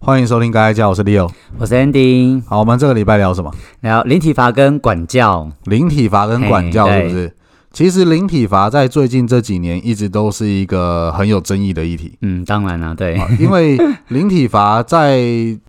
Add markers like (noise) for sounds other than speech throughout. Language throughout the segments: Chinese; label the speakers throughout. Speaker 1: 欢迎收听《该家》，我是 Leo。
Speaker 2: 我是 Andy，
Speaker 1: 好，我们这个礼拜聊什么？
Speaker 2: 然后灵体罚跟管教，
Speaker 1: 灵体罚跟管教
Speaker 2: 嘿哎
Speaker 1: 是不是？其实灵体罚在最近这几年一直都是一个很有争议的议题，
Speaker 2: 嗯，当然啦、对，
Speaker 1: 啊因为灵体罚在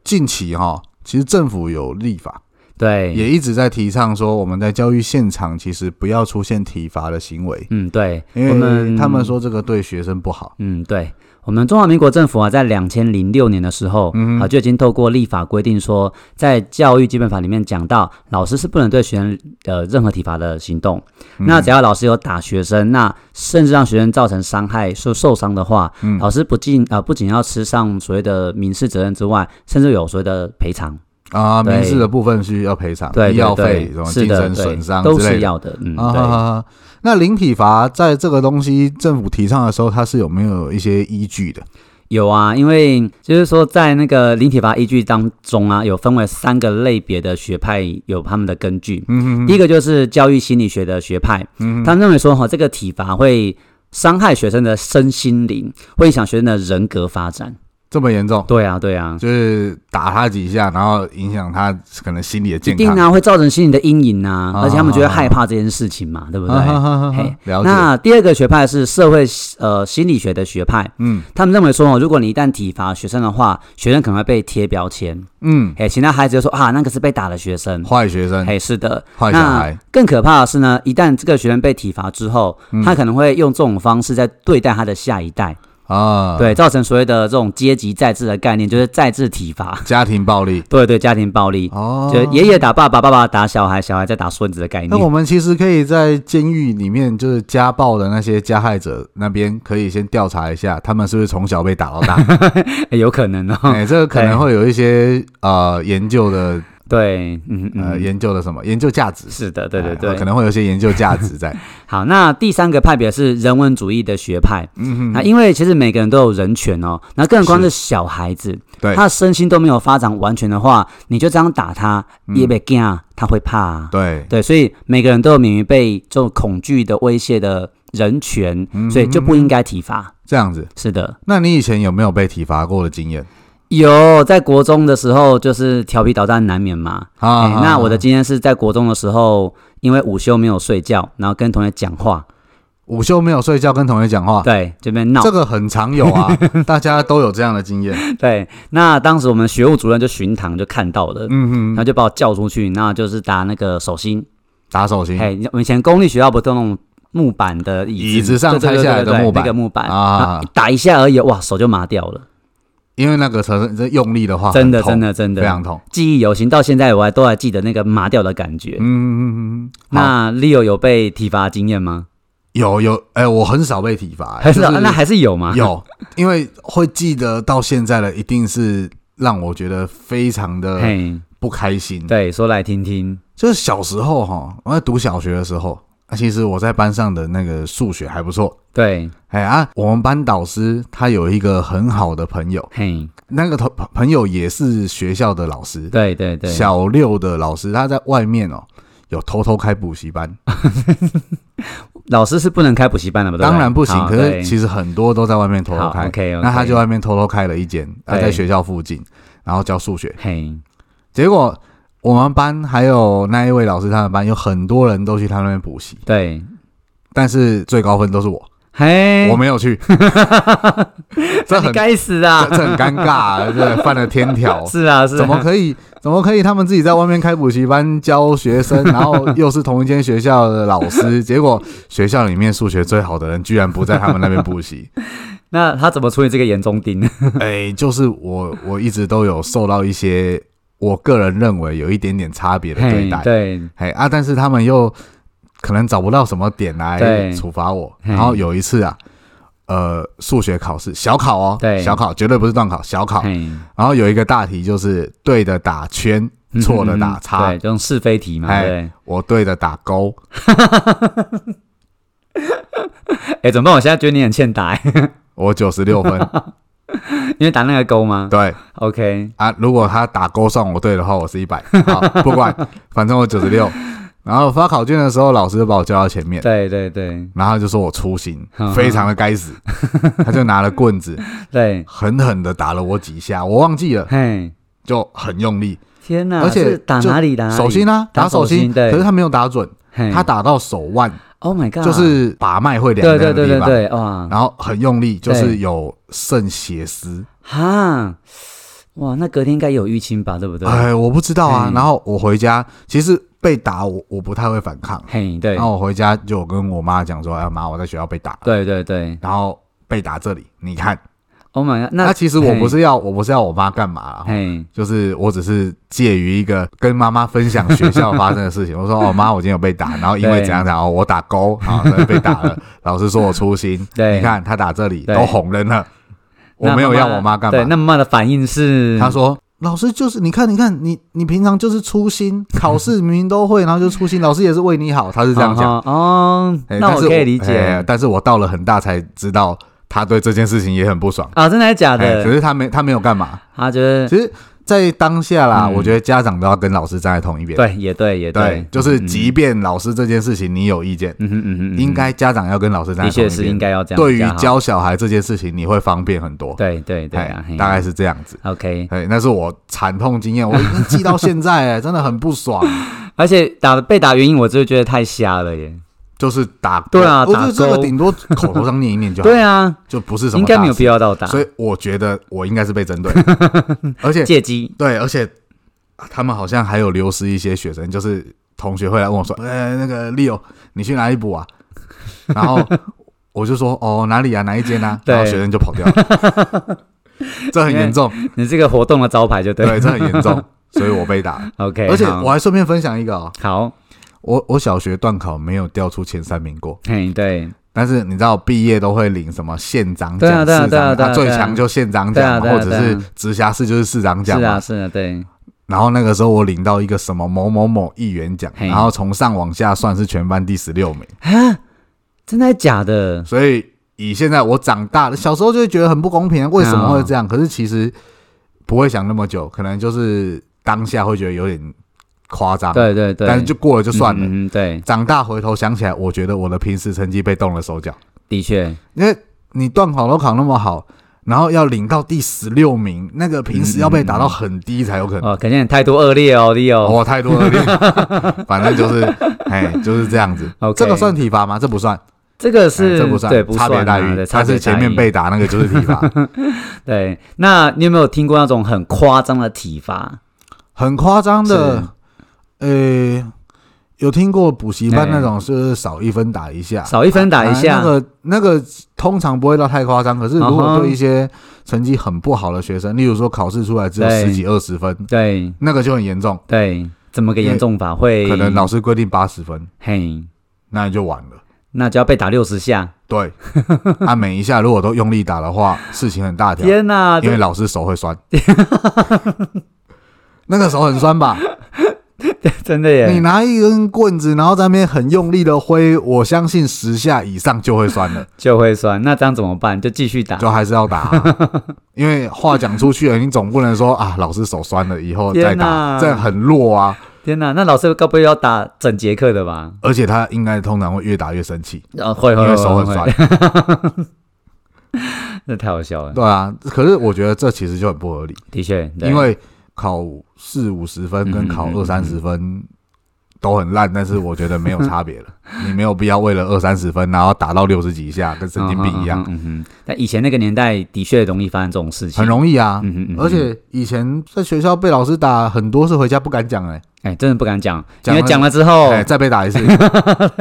Speaker 1: 近期哈，其实政府有立法，
Speaker 2: 对，
Speaker 1: 也一直在提倡说我们在教育现场其实不要出现体罚的行为，
Speaker 2: 嗯，对，
Speaker 1: 因
Speaker 2: 我们
Speaker 1: 为他们，说这个对学生不好。
Speaker 2: 嗯，对，我们中华民国政府啊，在两千零六年的时候，嗯，啊，就已经透过立法规定说，在教育基本法里面讲到，老师是不能对学生呃任何体罚的行动。
Speaker 1: 嗯
Speaker 2: 那只要老师有打学生，那甚至让学生造成伤害、受受伤的话，
Speaker 1: 嗯
Speaker 2: 老师不仅啊、呃、不仅要吃上所谓的民事责任之外，甚至有所谓的赔偿。
Speaker 1: 啊，
Speaker 2: 对
Speaker 1: 民事的部分需要赔偿，
Speaker 2: 对
Speaker 1: 啊医药
Speaker 2: 对对
Speaker 1: 费、什么
Speaker 2: 是
Speaker 1: 精
Speaker 2: 的，
Speaker 1: 神
Speaker 2: 对
Speaker 1: 损伤
Speaker 2: 都
Speaker 1: 之类
Speaker 2: 是
Speaker 1: 的。
Speaker 2: 要的，嗯，
Speaker 1: 啊
Speaker 2: 对
Speaker 1: 哈，哈哈，那零体罚在这个东西政府提倡的时候，它是有没有一些依据的？
Speaker 2: 有啊，因为就是说在那个零体罚依据当中啊，有分为三个类别的学派有他们的根据。嗯第一个就是教育心理学的学派，嗯他们认为说哈，这个体罚会伤害学生的身心灵，会影响学生的人格发展。
Speaker 1: 这么严重，
Speaker 2: 对啊，对啊。
Speaker 1: 就是打他几下，然后影响他可能心理的
Speaker 2: 一
Speaker 1: 健
Speaker 2: 定
Speaker 1: 康。
Speaker 2: 啊，会造成心理的阴影啊，
Speaker 1: 啊
Speaker 2: 而且他们觉得害怕这件事情嘛，对不对？
Speaker 1: 啊哈哈哈哈
Speaker 2: 嘿
Speaker 1: 了解
Speaker 2: 那第二个学派是社会呃心理学的学派，
Speaker 1: 嗯
Speaker 2: 他们认为说哦，如果你一旦体罚学生的话，学生可能会被贴标签，
Speaker 1: 嗯，
Speaker 2: 哎，其他孩子就说啊，那个是被打的学生。
Speaker 1: 坏学生，
Speaker 2: 哎，是的。
Speaker 1: 坏小
Speaker 2: 那
Speaker 1: 孩，
Speaker 2: 更可怕的是呢，一旦这个学生被体罚之后，
Speaker 1: 嗯
Speaker 2: 他可能会用这种方式在对待他的下一代，
Speaker 1: 啊，，
Speaker 2: 对，造成所谓的这种阶级再制的概念，就是再制体罚。
Speaker 1: 家庭暴力。
Speaker 2: 对对，家庭暴力，
Speaker 1: 哦，
Speaker 2: 就爷爷打爸爸，爸爸打小孩，小孩再打孙子的概
Speaker 1: 那我
Speaker 2: 念。
Speaker 1: 们其实可以在监狱里面，就是家暴的那些加害者那边，可以先调查一下，他们是不是从小被打到
Speaker 2: (laughs)
Speaker 1: 大？
Speaker 2: 哎 (laughs) 有可能哦。
Speaker 1: 哎、这个可能会有一些呃研究的
Speaker 2: 对，嗯
Speaker 1: 呃
Speaker 2: 嗯，
Speaker 1: 研究的什么研究价值，
Speaker 2: 是的，对对
Speaker 1: 哎
Speaker 2: 对
Speaker 1: 可。能会有一些研究价值
Speaker 2: (laughs)
Speaker 1: 在。
Speaker 2: 好，那第三个派别是人文主义的学派。嗯那因为其实每个人都有人权哦，那更何况是小孩子，
Speaker 1: 对
Speaker 2: 他的身心都没有发展完全的话，你就这样打他，也被惊啊，他会怕、
Speaker 1: 嗯
Speaker 2: 啊。
Speaker 1: 对，
Speaker 2: 对，所以每个人都有免于被这种恐惧的威胁的人权，
Speaker 1: 嗯
Speaker 2: 所以就不应该体罚。
Speaker 1: 这样子。
Speaker 2: 是的，
Speaker 1: 那你以前有没有被体罚过的经验
Speaker 2: 有在国中的时候就是调皮捣蛋难免嘛。
Speaker 1: 啊
Speaker 2: (laughs) 哎那我的经验是在国中的时候，因为午休没有睡觉，然后跟同学讲话，
Speaker 1: 午休没有睡觉，跟同学讲话，
Speaker 2: 对，这边闹
Speaker 1: 这。个很常有
Speaker 2: (laughs)
Speaker 1: 啊，大家都有这样的经验。
Speaker 2: 对，那当时我们学务主任就巡堂就看到了，
Speaker 1: 嗯
Speaker 2: 然
Speaker 1: 哼，
Speaker 2: 后就把我叫出去，那就是打那个手心。
Speaker 1: 打手心，
Speaker 2: 嘿，我们以前公立学校不都那种木板的椅子，
Speaker 1: 椅子上
Speaker 2: 对对对
Speaker 1: 拆下来的
Speaker 2: 对对对
Speaker 1: 木板
Speaker 2: 那个木板
Speaker 1: 啊
Speaker 2: 啊，打一下而已，哇，手就麻掉了，
Speaker 1: 因为那个车这用力的话，
Speaker 2: 真的
Speaker 1: 很痛
Speaker 2: 真的真
Speaker 1: 非常
Speaker 2: 的，
Speaker 1: 痛。
Speaker 2: 记忆犹新，到现在我还都还记得那个麻掉的感觉。
Speaker 1: 嗯嗯嗯嗯，好
Speaker 2: 那 Leo 有被体罚经验吗？
Speaker 1: 有有，哎、我很少被体罚、
Speaker 2: 还是
Speaker 1: 哎就
Speaker 2: 啊那还是有吗？
Speaker 1: 有，因为会记得到现在的，一定是让我觉得非常的
Speaker 2: 嘿，
Speaker 1: 不开心。
Speaker 2: 对，说来听听。
Speaker 1: 就是小时候哈，我在读小学的时候，啊其实我在班上的那个数学还不错。
Speaker 2: 对，
Speaker 1: 哎啊，我们班导师他有一个很好的朋友，
Speaker 2: 嘿，
Speaker 1: 那个同朋友也是学校的老师，
Speaker 2: 对对对，
Speaker 1: 小六的老师，他在外面哦有偷偷开补习班，
Speaker 2: 老师是不能开补习班哦的嘛？对不对
Speaker 1: 当然不行，
Speaker 2: 好
Speaker 1: 可
Speaker 2: 对
Speaker 1: 是其实很多都在外面偷偷
Speaker 2: 好
Speaker 1: 开。
Speaker 2: ，OK，
Speaker 1: 那他就外面偷偷开了一间，他
Speaker 2: 对
Speaker 1: 在学校附近，然后教数学。
Speaker 2: 嘿，
Speaker 1: 结果我们班还有那一位老师，他们班有很多人都去他那边补习，
Speaker 2: 对，
Speaker 1: 但是最高分都是我。
Speaker 2: 嘿，
Speaker 1: 我没有
Speaker 2: (laughs)
Speaker 1: 去，这
Speaker 2: 你
Speaker 1: 很
Speaker 2: 该死
Speaker 1: 这
Speaker 2: 啊！。
Speaker 1: 这很尴尬、啊，这犯了天条
Speaker 2: 是啊，是啊
Speaker 1: 怎么可以？怎么可以？他们自己在外面开补习班教学生，然后又是同一间学校的老师，结果学校里面数学最好的人居然不在他们那边补
Speaker 2: (laughs)
Speaker 1: 习。
Speaker 2: 那他怎么处理这个眼中钉？
Speaker 1: 哎，就是我，我一直都有受到一些我个人认为有一点点差别的对
Speaker 2: 嘿
Speaker 1: 待。
Speaker 2: 对
Speaker 1: 哎啊，但是他们又可能找不到什么点来
Speaker 2: 对
Speaker 1: 处罚我。
Speaker 2: 嘿
Speaker 1: 然后有一次啊，呃，数学考试小考哦，
Speaker 2: 对
Speaker 1: 小考绝对不是段考，小考。
Speaker 2: 嘿
Speaker 1: 然后有一个大题就是对的打圈，错的打叉，
Speaker 2: 嗯对，这种是非题嘛，
Speaker 1: 哎
Speaker 2: 对。
Speaker 1: 我对的打勾。
Speaker 2: 哎，怎么办？我现在觉得你很欠打，哎
Speaker 1: 我九十六分，
Speaker 2: (laughs) 因为打那个勾吗
Speaker 1: 对
Speaker 2: ？OK，
Speaker 1: (laughs) 啊，如果他打勾算我对的话，我是一百，好，不管，反正我九十六。然后发考卷的时候，老师就把我叫到前面，
Speaker 2: 对对对
Speaker 1: 然后他就说我粗心
Speaker 2: 嗯，
Speaker 1: 非常的该死，他就拿了棍子
Speaker 2: 对，
Speaker 1: 狠狠的打了我几下，我忘记了，
Speaker 2: 嘿，
Speaker 1: 就很用力，
Speaker 2: 天哪！
Speaker 1: 而且
Speaker 2: 啊是打
Speaker 1: 就
Speaker 2: 哪里打哪里
Speaker 1: 手心啊，打手心，
Speaker 2: 对，
Speaker 1: 可是他没有打准，
Speaker 2: 嘿
Speaker 1: 他打到手腕，
Speaker 2: Oh my God，
Speaker 1: 就是把脉会凉
Speaker 2: 对
Speaker 1: 的
Speaker 2: 对
Speaker 1: 那个
Speaker 2: 对
Speaker 1: 地
Speaker 2: 对
Speaker 1: 方，啊
Speaker 2: 对，哇
Speaker 1: 然后很用力，就
Speaker 2: 对
Speaker 1: 是有渗血丝。
Speaker 2: 哈，哇，那隔天应该有淤青吧，对不对？
Speaker 1: 哎，我不知道啊
Speaker 2: 嗯。
Speaker 1: 然后我回家，其实被打我我不太会反抗，
Speaker 2: 嘿，对
Speaker 1: 然后我回家就有跟我妈讲说，哎妈，我在学校被打，
Speaker 2: 对对对
Speaker 1: 然后被打这里，你看。
Speaker 2: ，Oh my God，
Speaker 1: 那
Speaker 2: 那
Speaker 1: 其实我不
Speaker 2: 嘿
Speaker 1: 是要我不是要我妈干嘛啦，
Speaker 2: 嘿，
Speaker 1: 就是我只是介于一个跟妈妈分享学校发生的事
Speaker 2: (laughs)
Speaker 1: 情，我说哦妈，我今天有被打，然后因为
Speaker 2: 对
Speaker 1: 怎样怎样，哦我打勾，好被打
Speaker 2: (laughs)
Speaker 1: 了，老师说我粗心，
Speaker 2: 对
Speaker 1: 你看他打这里
Speaker 2: 对
Speaker 1: 都红人了，我
Speaker 2: 那
Speaker 1: 没有要我妈干
Speaker 2: 对，嗯那
Speaker 1: 嘛，
Speaker 2: 妈妈的反应是，
Speaker 1: 他说。老师就是你看，你看你，你平常就是粗心，考试明明都会，然后就粗心，老师也是为你好，他是这样讲。
Speaker 2: 哦哦，
Speaker 1: 哎
Speaker 2: 那
Speaker 1: 但
Speaker 2: 我
Speaker 1: 是
Speaker 2: 可以理
Speaker 1: 哎
Speaker 2: 解
Speaker 1: 但是我到了很大才知道，他对这件事情也很不爽。
Speaker 2: 啊，真的还是假
Speaker 1: 哎，可
Speaker 2: 的？
Speaker 1: 是他没他没有干嘛，
Speaker 2: 他觉
Speaker 1: (laughs)
Speaker 2: 得
Speaker 1: 其实，在当下啦，
Speaker 2: 嗯
Speaker 1: 我觉得家长都要跟老师站在同一边。
Speaker 2: 对，也对，也
Speaker 1: 对，就是即
Speaker 2: 急，
Speaker 1: 便老师这件事情你有意见，
Speaker 2: 嗯哼嗯哼，嗯哼
Speaker 1: 应该家长要跟老师站
Speaker 2: 的
Speaker 1: 在同
Speaker 2: 确
Speaker 1: 一
Speaker 2: 是应
Speaker 1: 边。
Speaker 2: 该要这样比较好。
Speaker 1: 对于教小孩这件事情，你会方便很多。
Speaker 2: 对对对
Speaker 1: 哎
Speaker 2: 啊，嘿
Speaker 1: 大概是这样子。
Speaker 2: OK，
Speaker 1: 哎，那是我惨痛经验，我已经记到现在， (laughs) 哎，真的很不爽。
Speaker 2: 而且打被打原因，我就觉得太瞎了耶。
Speaker 1: 就是打勾，
Speaker 2: 对啊
Speaker 1: 我觉得这
Speaker 2: 打
Speaker 1: 个
Speaker 2: 勾
Speaker 1: 顶多口头上念一念就好，
Speaker 2: 对啊，
Speaker 1: 就不是什么
Speaker 2: 应该没有
Speaker 1: 大事
Speaker 2: 必要到打，
Speaker 1: 所以我觉得我应该是被针对的，
Speaker 2: (laughs)
Speaker 1: 而且
Speaker 2: 借机
Speaker 1: 对，而且啊他们好像还有流失一些学生，就是同学会来问我说：“呃、那个 Leo，你去哪里补啊？” (laughs) 然后我就说：“哦，哪里啊，哪一间啊？”然后
Speaker 2: (laughs) 对
Speaker 1: 学生就跑掉了，
Speaker 2: (laughs)
Speaker 1: 这很严重，
Speaker 2: 你这个活动的招牌就对
Speaker 1: 对，
Speaker 2: 了。
Speaker 1: 这很严
Speaker 2: (laughs)
Speaker 1: 重，所以我被打了。
Speaker 2: OK，
Speaker 1: 而且
Speaker 2: 好
Speaker 1: 我还顺便分享一个哦，
Speaker 2: 好，
Speaker 1: 我我小学段考没有掉出前三名过，
Speaker 2: 嘿，对
Speaker 1: 但是你知道毕业都会领什么县长
Speaker 2: 对
Speaker 1: 奖、
Speaker 2: 啊对啊
Speaker 1: 市
Speaker 2: 对啊
Speaker 1: 长
Speaker 2: 对啊
Speaker 1: 奖，最
Speaker 2: 对啊
Speaker 1: 强就县长
Speaker 2: 对啊
Speaker 1: 奖嘛，或
Speaker 2: 对啊
Speaker 1: 者
Speaker 2: 对啊
Speaker 1: 是直辖市就是市长
Speaker 2: 是
Speaker 1: 奖嘛
Speaker 2: 啊，，是啊，对，
Speaker 1: 然后那个时候我领到一个什么某某某议员奖，
Speaker 2: 嘿
Speaker 1: 然后从上往下算是全班第十六名，
Speaker 2: 啊，真的还假的？
Speaker 1: 所以以现在我长大了，小时候就会觉得很不公平，啊为什么会这
Speaker 2: 嗯
Speaker 1: 样？可是其实不会想那么久，可能就是当下会觉得有点夸张，，
Speaker 2: 对对对，
Speaker 1: 啊但是就过了就算了。
Speaker 2: 嗯嗯嗯对，
Speaker 1: 长大回头想起来，我觉得我的平时成绩被动了手脚，
Speaker 2: 的确，
Speaker 1: 因为你段考都考那么好，然后要领到第十六名，那个平时要被
Speaker 2: 嗯
Speaker 1: 打到很低才有可能。
Speaker 2: 哦，可见你态度恶劣哦，Leo。
Speaker 1: 我太多了，
Speaker 2: (laughs)
Speaker 1: 反正就是，哎，就是这样子。
Speaker 2: OK
Speaker 1: 这个算体罚吗？这不算，
Speaker 2: 这个
Speaker 1: 哎
Speaker 2: 是
Speaker 1: 这不算，
Speaker 2: 对，不
Speaker 1: 差别
Speaker 2: 算
Speaker 1: 待
Speaker 2: 啊
Speaker 1: 遇
Speaker 2: 对。差
Speaker 1: 但
Speaker 2: 别
Speaker 1: 是前
Speaker 2: 待
Speaker 1: 面
Speaker 2: 遇
Speaker 1: 被打那个就是体
Speaker 2: (laughs)
Speaker 1: 罚，
Speaker 2: 对。那你有没有听过那种很夸张的体罚？
Speaker 1: 很夸张
Speaker 2: 是
Speaker 1: 的。呃，有听过补习班那种，是少一分打一下，
Speaker 2: 少一分打一下
Speaker 1: 啊那个那个通常不会到太夸张，可是如
Speaker 2: 嗯
Speaker 1: 果
Speaker 2: 哼
Speaker 1: 对一些成绩很不好的学生，例如说考试出来只有
Speaker 2: 对
Speaker 1: 十几二十分，
Speaker 2: 对
Speaker 1: 那个就很严重，
Speaker 2: 对，怎么个严重法会？
Speaker 1: 可能老师规定八十分，
Speaker 2: 嘿，
Speaker 1: 那你就完了。
Speaker 2: 那就要被打六十下。
Speaker 1: 对，啊，每一下如果都用力打的话，事情很大条，
Speaker 2: 天哪，
Speaker 1: 啊因为
Speaker 2: 这
Speaker 1: 老师手会酸。 (laughs) 那个手很酸吧？
Speaker 2: 真的
Speaker 1: 你
Speaker 2: 耶！
Speaker 1: 拿一根棍子，然后在那边很用力的挥，我相信十下以上就会酸
Speaker 2: (laughs)
Speaker 1: 了，
Speaker 2: 就会酸，那这样怎么办？就继续打。
Speaker 1: 就还是要打啊、因为话讲出去了，你总不能说啊，老师手酸了以后再
Speaker 2: 天哪
Speaker 1: 打，这样很弱啊。
Speaker 2: 天哪，那老师该不会要打整节课的吧？
Speaker 1: 而且他应该通常会越打越生气，
Speaker 2: 啊，会
Speaker 1: 因
Speaker 2: 会会
Speaker 1: 为手很酸
Speaker 2: 会，。 (laughs) 那太好笑了。
Speaker 1: 对啊，可是我觉得这其实就很不合理。
Speaker 2: 的确，对
Speaker 1: 因为考四五十分跟考
Speaker 2: 嗯嗯嗯
Speaker 1: 二三十分都很烂，但是我觉得没有差别
Speaker 2: (laughs)
Speaker 1: 了。你没有必要为了二三十分，然后打到六十几以下，跟神经病一样
Speaker 2: 嗯，哼。嗯哼嗯哼但以前那个年代的确容易发生这种事情，
Speaker 1: 很容易啊。
Speaker 2: 嗯哼嗯哼
Speaker 1: 而且以前在学校被老师打，很多是回家不敢讲哎、
Speaker 2: 哎、真的不敢讲，因
Speaker 1: 讲
Speaker 2: 为
Speaker 1: 了
Speaker 2: 讲了之后，
Speaker 1: 哎再被打一
Speaker 2: (laughs)
Speaker 1: 次，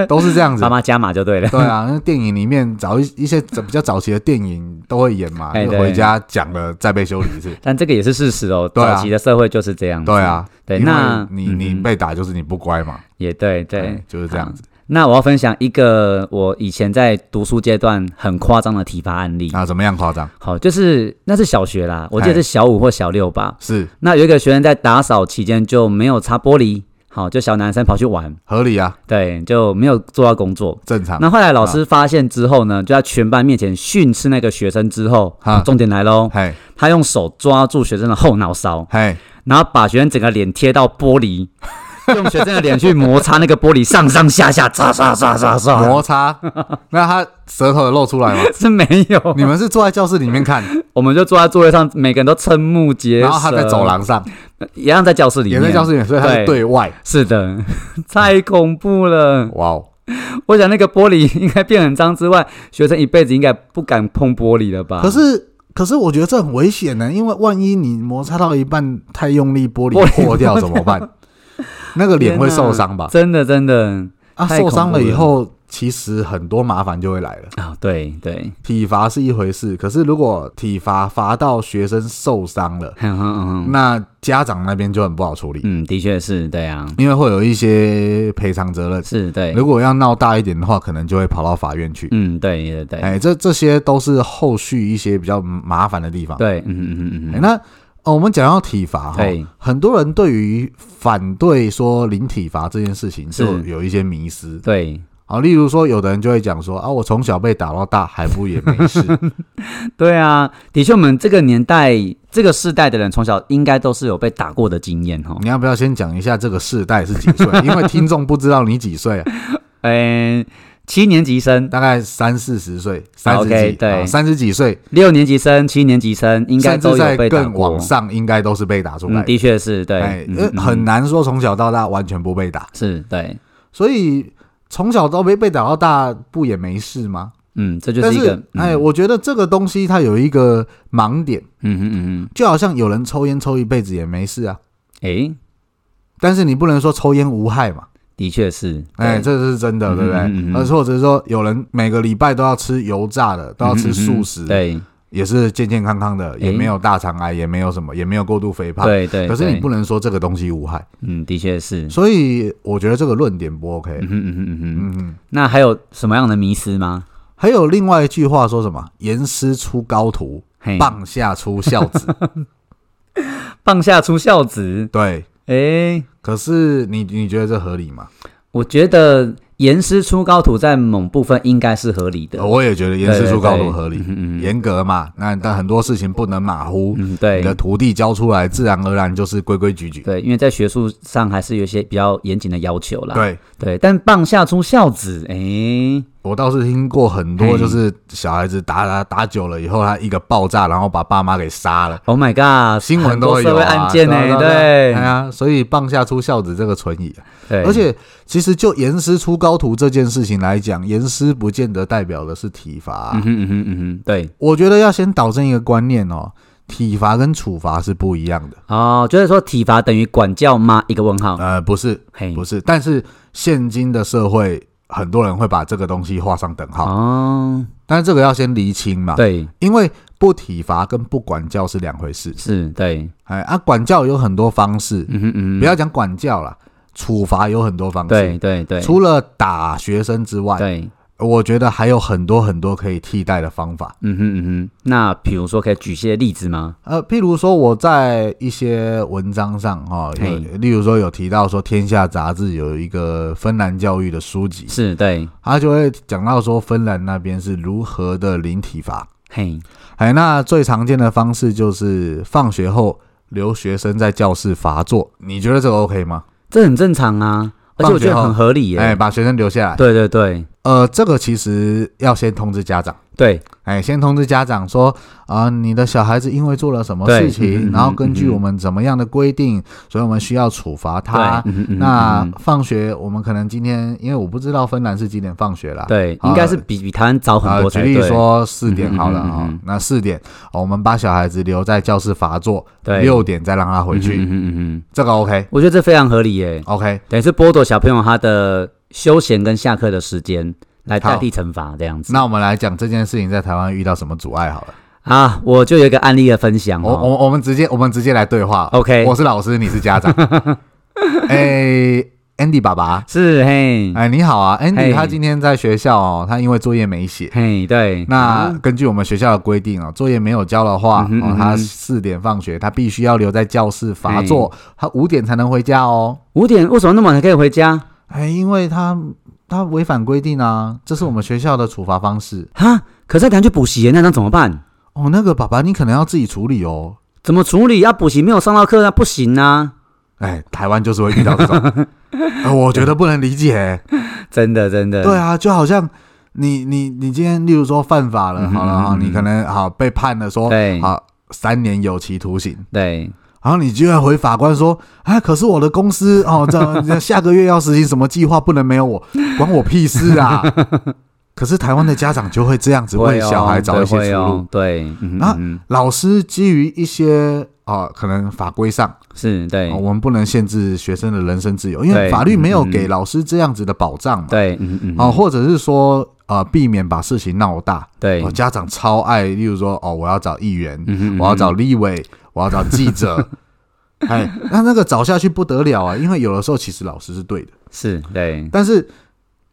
Speaker 1: 都是这样子
Speaker 2: 爸。妈加码就对了。 (laughs)
Speaker 1: 对啊，那电影里面早一一些比较早期的电影都会演嘛，
Speaker 2: 哎
Speaker 1: 就
Speaker 2: 对嗯
Speaker 1: 回家讲了再被修理一次。
Speaker 2: 但这个也是事实哦，
Speaker 1: 对啊
Speaker 2: 早期的社会就是这样。
Speaker 1: 对，啊，
Speaker 2: 对，
Speaker 1: 因为
Speaker 2: 那
Speaker 1: 你你
Speaker 2: 嗯哼
Speaker 1: 被打就是你不乖嘛，
Speaker 2: 也对对、
Speaker 1: 哎就是这样子。
Speaker 2: 那我要分享一个我以前在读书阶段很夸张的体罚案例。
Speaker 1: 那怎么样夸张？
Speaker 2: 好，就是那是小学啦，我记得
Speaker 1: 啊哎
Speaker 2: 是小五或小六吧。
Speaker 1: 是
Speaker 2: 那有一个学生在打扫期间就没有擦玻璃，好，就小男生跑去玩，
Speaker 1: 合理啊，
Speaker 2: 对，就没有做到工作。
Speaker 1: 正常。
Speaker 2: 那后来老
Speaker 1: 啊
Speaker 2: 师发现之后呢，就在全班面前训斥那个学生之后，
Speaker 1: 啊
Speaker 2: 重点来喽，
Speaker 1: 嘿，
Speaker 2: 他用手抓住学生的后脑勺，
Speaker 1: 嘿， (laughs)
Speaker 2: 然后把学生整个脸贴到玻璃，用学生的脸去摩擦那个玻璃，上上下下，擦擦擦擦擦，
Speaker 1: 摩擦，那他舌头有露出 (laughs) 来吗？
Speaker 2: 是没有。
Speaker 1: 你们是坐在教室里面看，
Speaker 2: 我们就坐在座位上，每个人都瞠目结舌。
Speaker 1: 然后哦他在走，廊上，
Speaker 2: 一样在教室里
Speaker 1: 也
Speaker 2: 面，
Speaker 1: 在教室里面，所以他是
Speaker 2: 对
Speaker 1: 对外。
Speaker 2: 是的， (laughs) 太恐怖了。
Speaker 1: 哇哦，
Speaker 2: 我想那个玻璃应该变很脏之外，学生一辈子应该不敢碰玻璃了吧？
Speaker 1: 可是可是我觉得这很危险呢，因为万一你摩擦到一半太用力，玻
Speaker 2: 玻
Speaker 1: 璃
Speaker 2: 璃
Speaker 1: 破掉怎么办？ (laughs) 那个脸会受伤吧？
Speaker 2: 真的真的
Speaker 1: 啊，
Speaker 2: 太恐
Speaker 1: 受
Speaker 2: 怖
Speaker 1: 伤了以
Speaker 2: 了
Speaker 1: 后，其实很多麻烦就会来了。
Speaker 2: 啊、对对，
Speaker 1: (laughs)
Speaker 2: (laughs)
Speaker 1: 体罚是一回事，可是如果体罚罚到学生受伤了，
Speaker 2: 嗯嗯嗯
Speaker 1: 那家长那边就很不好处理，
Speaker 2: 嗯，的确是，对啊，
Speaker 1: 因为会有一些赔偿责任。
Speaker 2: 是对，
Speaker 1: 如果要闹大一点的话，可能就会跑到法院去。
Speaker 2: 嗯对对对，
Speaker 1: 哎，这这些都是后续一些比较麻烦的地方。
Speaker 2: 对，嗯嗯嗯嗯
Speaker 1: 哎
Speaker 2: 嗯，
Speaker 1: 那、哦我们讲到体罚哈
Speaker 2: 对，
Speaker 1: 很多人对于反对说零体罚这件事情
Speaker 2: 是
Speaker 1: 就有一些迷失。
Speaker 2: 对
Speaker 1: 好，例如说，有的人就会讲说啊，我从小被打到大，还不也没
Speaker 2: (laughs)
Speaker 1: 事？
Speaker 2: 对啊，的确，我们这个年代、这个世代的人，从小应该都是有被打过的经验哈。
Speaker 1: 你要不要先讲一下这个世代是几岁？因为听众不知道你几岁啊，
Speaker 2: 嗯，七年级生、
Speaker 1: 大概三四十岁，三
Speaker 2: (laughs)
Speaker 1: 十
Speaker 2: 哦 OK，
Speaker 1: 几，
Speaker 2: 对
Speaker 1: 啊三十几岁，
Speaker 2: 六年级生、七年级生，应该
Speaker 1: 甚
Speaker 2: 都
Speaker 1: 至
Speaker 2: 有
Speaker 1: 在
Speaker 2: 被打
Speaker 1: 更
Speaker 2: 过
Speaker 1: 往。上，应该都是被打出来
Speaker 2: 嗯，
Speaker 1: 的。
Speaker 2: 的确是对，
Speaker 1: 哎，
Speaker 2: 嗯
Speaker 1: 呃
Speaker 2: 嗯
Speaker 1: 很难说从小到大完全不被打，
Speaker 2: 是对，
Speaker 1: 所以从小到被被打到大，不也没事吗？
Speaker 2: 嗯，这就是一个
Speaker 1: 但，是，哎，我觉得这个东西它有一个盲点，
Speaker 2: 嗯嗯嗯嗯，
Speaker 1: 就好像有人抽烟抽一辈子也没事啊，
Speaker 2: 哎，
Speaker 1: 但是你不能说抽烟无害嘛，
Speaker 2: 的确是，
Speaker 1: 哎，
Speaker 2: 对
Speaker 1: 这是真的，
Speaker 2: 嗯
Speaker 1: 对不
Speaker 2: 嗯嗯嗯
Speaker 1: 对？而且或者是说有人每个礼拜都要吃油炸的，都要吃素
Speaker 2: 嗯
Speaker 1: 食，
Speaker 2: 对
Speaker 1: 也是健健康康的，也
Speaker 2: 哎
Speaker 1: 没有大肠癌，也没有什么，也没有过度肥胖。
Speaker 2: 对对，
Speaker 1: 可是你不
Speaker 2: 能，
Speaker 1: 能说这个东西无害，
Speaker 2: 嗯，的确是，
Speaker 1: 所以我觉得这个论点不 OK。
Speaker 2: 嗯哼嗯哼嗯哼，
Speaker 1: 嗯嗯，
Speaker 2: 那还有什么样的迷思吗？
Speaker 1: 还有另外一句话说什么“严师出高徒，
Speaker 2: 嘿，
Speaker 1: 棒下出孝子，
Speaker 2: (laughs) 棒下出孝子”，
Speaker 1: 对。
Speaker 2: 哎，
Speaker 1: 可是你你觉得这合理吗？
Speaker 2: 我觉得严师出高徒在某部分应该是合理的，
Speaker 1: 我也觉得严师出高徒合理
Speaker 2: 对，对对嗯嗯嗯
Speaker 1: 严格嘛。那但很多事情不能马虎，
Speaker 2: 嗯，
Speaker 1: 你的
Speaker 2: 对
Speaker 1: 徒弟教出来，自然而然就是规规矩矩。
Speaker 2: 对，因为在学术上还是有一些比较严谨的要求啦。
Speaker 1: 对
Speaker 2: 对，但棒下出孝子，哎、
Speaker 1: 我倒是听过很多，
Speaker 2: 嘿
Speaker 1: 就是小孩子打打打久了以后，他一个爆炸，然后把爸妈给杀了。
Speaker 2: o h，oh my God，
Speaker 1: 新闻都
Speaker 2: 很
Speaker 1: 会
Speaker 2: 多
Speaker 1: 有
Speaker 2: 社
Speaker 1: 啊
Speaker 2: 会案件呢、
Speaker 1: 啊
Speaker 2: 对
Speaker 1: 啊啊，所以棒下出孝子这个存疑啊。
Speaker 2: 对，
Speaker 1: 而且，其实就严师出高徒这件事情来讲，严师不见得代表的是体罚啊、
Speaker 2: 嗯哼嗯哼嗯哼，对，
Speaker 1: 我觉得要先导正一个观念哦，体罚跟处罚是不一样的。
Speaker 2: 哦，就是说体罚等于管教吗？一个问号，
Speaker 1: 呃，不是，
Speaker 2: 嘿，
Speaker 1: 不是。但是现今的社会，很多人会把这个东西画上等号，
Speaker 2: 哦，
Speaker 1: 但是这个要先厘清嘛。，
Speaker 2: 对，
Speaker 1: 因为不体罚跟不管教是两回事。
Speaker 2: 是，对，
Speaker 1: 哎，啊，管教有很多方式，
Speaker 2: 嗯哼嗯哼，
Speaker 1: 不要讲管教啦，处罚有很多方
Speaker 2: 对
Speaker 1: 式。
Speaker 2: 对对，
Speaker 1: 除了打学生之外，
Speaker 2: 对，
Speaker 1: 我觉得还有很多很多可以替代的方法。
Speaker 2: 嗯哼嗯哼，那比如说可以举些例子吗？
Speaker 1: 呃，譬如说我在一些文章上哈、哦，有
Speaker 2: 嘿
Speaker 1: 例如说有提到说《天下》杂志有一个芬兰教育的书籍，
Speaker 2: 是对，
Speaker 1: 他就会讲到说芬兰那边是如何的零体罚。
Speaker 2: 嘿，
Speaker 1: 哎，那最常见的方式就是放学后留学生在教室罚坐，你觉得这个 OK 吗？
Speaker 2: 这很正常啊，而且我觉得
Speaker 1: 放学后
Speaker 2: 很合理耶、
Speaker 1: 哎，把学生留下来。
Speaker 2: 对对对
Speaker 1: 呃，这个其实要先通知家长。
Speaker 2: 对，
Speaker 1: 哎，先通知家长说啊、你的小孩子因为做了什么
Speaker 2: 对
Speaker 1: 事情，
Speaker 2: 嗯嗯
Speaker 1: 然后
Speaker 2: 嗯
Speaker 1: 根据
Speaker 2: 嗯
Speaker 1: 我们怎么样的规定，所以我们需要处罚他。
Speaker 2: 对嗯嗯嗯
Speaker 1: 啊那
Speaker 2: 嗯嗯
Speaker 1: 放学，我们可能今天，因为我不知道芬兰是几点放学啦。
Speaker 2: 对，
Speaker 1: 啊
Speaker 2: 应该是比比台湾早很
Speaker 1: 啊，
Speaker 2: 多
Speaker 1: 举
Speaker 2: 才
Speaker 1: 例
Speaker 2: 对。
Speaker 1: 说四点好了
Speaker 2: 嗯嗯嗯
Speaker 1: 啊、
Speaker 2: 嗯嗯
Speaker 1: 那四点、哦我们把小孩子留在教室罚坐，
Speaker 2: 对，
Speaker 1: 六点再让他回去，
Speaker 2: 嗯嗯嗯嗯，
Speaker 1: 这个 OK
Speaker 2: 我觉得这非常合理耶，
Speaker 1: OK。
Speaker 2: 等于是剥夺小朋友他的休闲跟下课的时间来代
Speaker 1: 好
Speaker 2: 替惩罚这样子。
Speaker 1: 那我们来讲这件事情在台湾遇到什么阻碍好了。
Speaker 2: 啊，我就有一个案例的分享
Speaker 1: 我
Speaker 2: 哦。
Speaker 1: 我我们直接我们直接来对话。
Speaker 2: OK
Speaker 1: 我是老师，你是
Speaker 2: (laughs)
Speaker 1: 家长。哎、a n d y 爸爸，
Speaker 2: 是嘿，
Speaker 1: 哎，你好啊
Speaker 2: 嗯嘿
Speaker 1: ，Andy，他今天在学校哦，他因为作业没写。
Speaker 2: 嘿，对，
Speaker 1: 那
Speaker 2: 啊
Speaker 1: 根据我们学校的规定哦，作业没有交的话，
Speaker 2: 嗯哼
Speaker 1: 哦
Speaker 2: 嗯，哼
Speaker 1: 他四点放学，他必须要留在教室罚坐，他五点才能回家哦。
Speaker 2: 五点为什么那么晚才可以回家？
Speaker 1: 哎，因为他他违反规定啊，这是我们学校的处罚方式。
Speaker 2: 哈，可是他等下去补习耶，那能怎么办？
Speaker 1: 哦，那个爸爸，你可能要自己处理哦。
Speaker 2: 怎么处理？啊，补习没有上到课，那不行啊。
Speaker 1: 哎，台湾就是会遇到这
Speaker 2: (laughs)
Speaker 1: 种，呃我觉得不能理解、
Speaker 2: 真的真的，
Speaker 1: 对啊，就好像你你你今天例如说犯法了，
Speaker 2: 嗯哼
Speaker 1: 好了哈，
Speaker 2: 嗯哼
Speaker 1: 你可能好被判了说
Speaker 2: 对
Speaker 1: 哦好三年有期徒刑，
Speaker 2: 对
Speaker 1: 然后你就要回法官说啊，可是我的公司哦，这这 (laughs) 下个月要实行什么计划，不能没有我，管我屁事啊！
Speaker 2: (laughs)
Speaker 1: 可是台湾的家长就会这样子为
Speaker 2: 会哦
Speaker 1: 小孩找一些
Speaker 2: 对会
Speaker 1: 出
Speaker 2: 哦
Speaker 1: 路，
Speaker 2: 对，嗯
Speaker 1: 啊
Speaker 2: 嗯嗯
Speaker 1: 老师基于一些啊、哦可能法规上、
Speaker 2: 是对
Speaker 1: 哦我们不能限制学生的人身自由，因为
Speaker 2: 对
Speaker 1: 法律没有
Speaker 2: 嗯
Speaker 1: 给老师这样子的保障嘛。
Speaker 2: 对，嗯嗯
Speaker 1: 哦，，或者是说呃，避免把事情闹大。
Speaker 2: 对
Speaker 1: 哦，，家长超爱，例如说哦，我要找议员，
Speaker 2: 嗯哼
Speaker 1: 我要找立委，我要找记
Speaker 2: (laughs)
Speaker 1: 者。哎，那那个找下去不得了啊！因为有的时候其实老师是对的，
Speaker 2: 是对
Speaker 1: 但是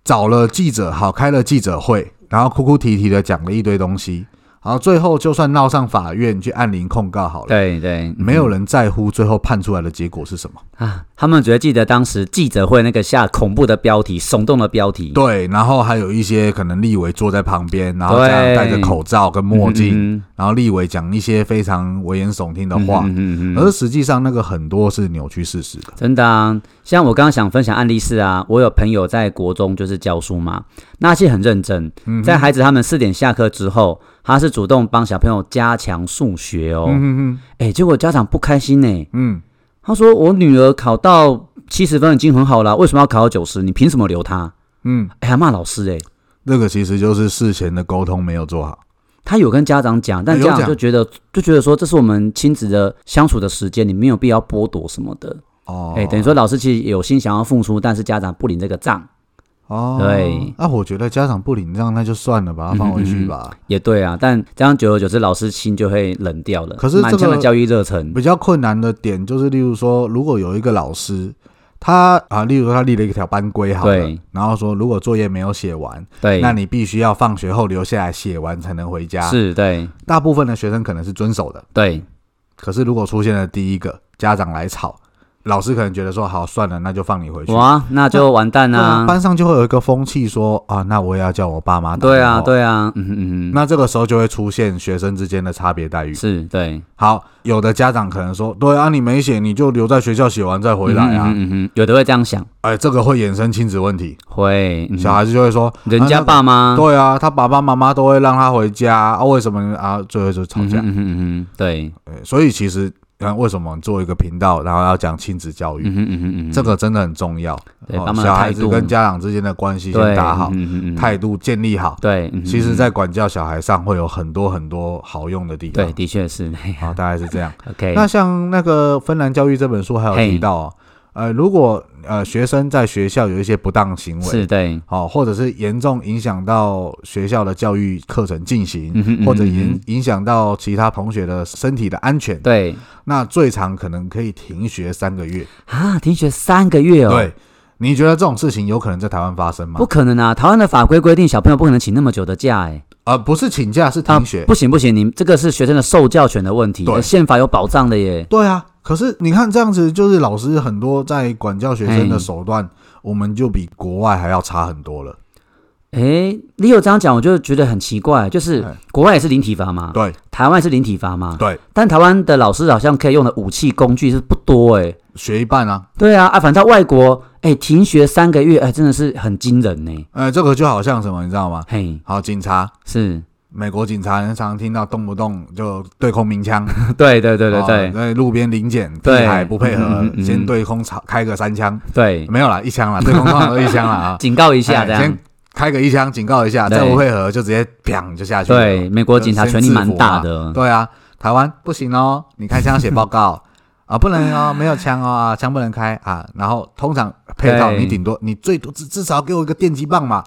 Speaker 1: 找了记者，好开了记者会，然后哭哭啼啼的讲了一堆东西，然后最后就算闹上法院去按铃控告好了，
Speaker 2: 对对，
Speaker 1: 没有人在乎最后判出来的结果是什么。
Speaker 2: 啊，他们只会记得当时记者会那个下恐怖的标题、耸动的标题，
Speaker 1: 对，然后还有一些可能立委坐在旁边，然后
Speaker 2: 对
Speaker 1: 这样戴着口罩跟
Speaker 2: 嗯，
Speaker 1: 墨镜，
Speaker 2: 嗯
Speaker 1: 然后立委讲一些非常危言耸听的
Speaker 2: 嗯
Speaker 1: 话，
Speaker 2: 嗯嗯嗯嗯
Speaker 1: 而实际上那个很多是扭曲事实的。
Speaker 2: 真的啊，像我刚刚想分享案例是啊，我有朋友在国中就是教书嘛，那些很认真，
Speaker 1: 嗯
Speaker 2: 在孩子他们四点下课之后，他是主动帮小朋友加强数学哦，哎、
Speaker 1: 嗯嗯
Speaker 2: 结果家长不开心呢、
Speaker 1: 嗯，
Speaker 2: 他说我女儿考到七十分已经很好了，为什么要考到九十？你凭什么留她？
Speaker 1: 嗯，
Speaker 2: 哎、还骂老师哎、
Speaker 1: 那个其实就是事前的沟通没有做好。
Speaker 2: 他有跟家长讲，但
Speaker 1: 哎有
Speaker 2: 家长
Speaker 1: 讲
Speaker 2: 就觉得就觉得说这是我们亲子的相处的时间，你没有必要剥夺什么的。
Speaker 1: 哦，
Speaker 2: 哎、等于说老师其实有心想要付出，但是家长不领这个账，
Speaker 1: 哦，
Speaker 2: 对嗯
Speaker 1: 那、我觉得家长不领账那就算了，把它放回去吧。
Speaker 2: 也对啊。但这样久而久之，老师心就会冷掉了。
Speaker 1: 可是这个
Speaker 2: 满腔的教育热忱，
Speaker 1: 比较困难的点就是，例如说，如果有一个老师，他啊，例如说他立了一条班规好了
Speaker 2: 对，
Speaker 1: 然后说如果作业没有写完，
Speaker 2: 对，
Speaker 1: 那你啊必须要放学后留下来写完才能回家。，
Speaker 2: 是对
Speaker 1: 大部分的学生可能是遵守的，
Speaker 2: 对
Speaker 1: 可是如果出现了第一个家长来吵，老师可能觉得说好算了，那就放你回去。
Speaker 2: 哇，那就完蛋
Speaker 1: 对
Speaker 2: 啦、
Speaker 1: 啊，班上就会有一个风气说啊，那我也要叫我爸妈打
Speaker 2: 对
Speaker 1: 电
Speaker 2: 啊，
Speaker 1: 话。
Speaker 2: 对啊，嗯哼嗯哼，
Speaker 1: 那这个时候就会出现学生之间的差别待遇。
Speaker 2: 是对，
Speaker 1: 好，有的家长可能说，对啊，你没写，你就留在学校写完再回来啊。
Speaker 2: 嗯哼嗯哼，有的会这样想，
Speaker 1: 哎，这个会衍生亲子问题，
Speaker 2: 会、嗯哼
Speaker 1: 小孩子就会说，
Speaker 2: 人家爸妈、
Speaker 1: 对啊，他爸爸妈妈都会让他回家啊，为什么啊？最后就吵
Speaker 2: 嗯
Speaker 1: 架
Speaker 2: 哼。嗯哼嗯哼，对，
Speaker 1: 哎所以其实，嗯，为什么做一个频道，然后要讲亲子教育？
Speaker 2: 嗯哼嗯哼嗯哼，
Speaker 1: 这个真的很重要。
Speaker 2: 对
Speaker 1: 哦
Speaker 2: 爸妈的
Speaker 1: 小孩
Speaker 2: 态
Speaker 1: 子
Speaker 2: 度
Speaker 1: 跟家长之间的关系
Speaker 2: 对
Speaker 1: 先打好，
Speaker 2: 嗯哼嗯哼
Speaker 1: 态度建立好。
Speaker 2: 对，嗯哼
Speaker 1: 其
Speaker 2: 嗯
Speaker 1: 实，
Speaker 2: 哼
Speaker 1: 在管教小孩上会有很多很多好用的地方。
Speaker 2: 对，的确是
Speaker 1: 啊，大概是这样。
Speaker 2: OK，
Speaker 1: 那像那个《芬兰教育》这本书还有提到、哦，呃，如果呃学生在学校有一些不当行为，
Speaker 2: 是对，
Speaker 1: 好、或者是严重影响到学校的教育课程进行，
Speaker 2: 嗯哼嗯哼
Speaker 1: 或者
Speaker 2: 嗯
Speaker 1: 影
Speaker 2: 哼
Speaker 1: 影响到其他同学的身体的安全，
Speaker 2: 对
Speaker 1: 那最长可能可以停学三个月。
Speaker 2: 啊，停学三个月哦，，
Speaker 1: 对，你觉得这种事情有可能在台湾发生吗
Speaker 2: 不？可能啊，台湾的法规规定小朋友不可能请那么久的假，哎，
Speaker 1: 呃，不是请假，是
Speaker 2: 啊
Speaker 1: 停学。
Speaker 2: 不行不行，你这个是学生的受教权的问题，
Speaker 1: 对
Speaker 2: 宪法有保障的耶，
Speaker 1: 对啊，可是你看这样子，就是老师很多在管教学生的手段，我们就比国外还要差很多了。
Speaker 2: 哎，你有这样讲，我就觉得很奇怪，就是
Speaker 1: 哎
Speaker 2: 国外也是零体罚嘛，
Speaker 1: 对
Speaker 2: 台湾也是零体罚嘛，
Speaker 1: 对，
Speaker 2: 但台湾的老师好像可以用的武器工具是不多，哎，
Speaker 1: 学一半啊，
Speaker 2: 对啊，啊，反正外国，哎，停学三个月，哎，真的是很惊人呢，
Speaker 1: 呃，这个就好像什么，你知道吗？
Speaker 2: 嘿，
Speaker 1: 好，警察，
Speaker 2: 是， (laughs)
Speaker 1: 美国警察常常听到动不动就对空鸣枪，
Speaker 2: 对对 (laughs) 对对
Speaker 1: 哦
Speaker 2: 对
Speaker 1: 在路边临检，地
Speaker 2: 对
Speaker 1: 海不配合
Speaker 2: 嗯嗯，嗯
Speaker 1: 先对空吵开个三枪，
Speaker 2: 对，，
Speaker 1: 没有啦，一枪啦，对空通常都一枪啦啊
Speaker 2: 警告一
Speaker 1: 一
Speaker 2: 下这样
Speaker 1: 先。开个一枪警告一下，
Speaker 2: 对
Speaker 1: 再不配合就直接砰就下去了。
Speaker 2: 对，美国警察权力蛮大的。
Speaker 1: 对啊，台湾不行哦，你开枪写报
Speaker 2: (laughs)
Speaker 1: 告啊，不能哦，没有枪哦，啊，枪不能开啊。然后通常配套
Speaker 2: 对
Speaker 1: 你顶多你最多至至少给我一个电击棒嘛，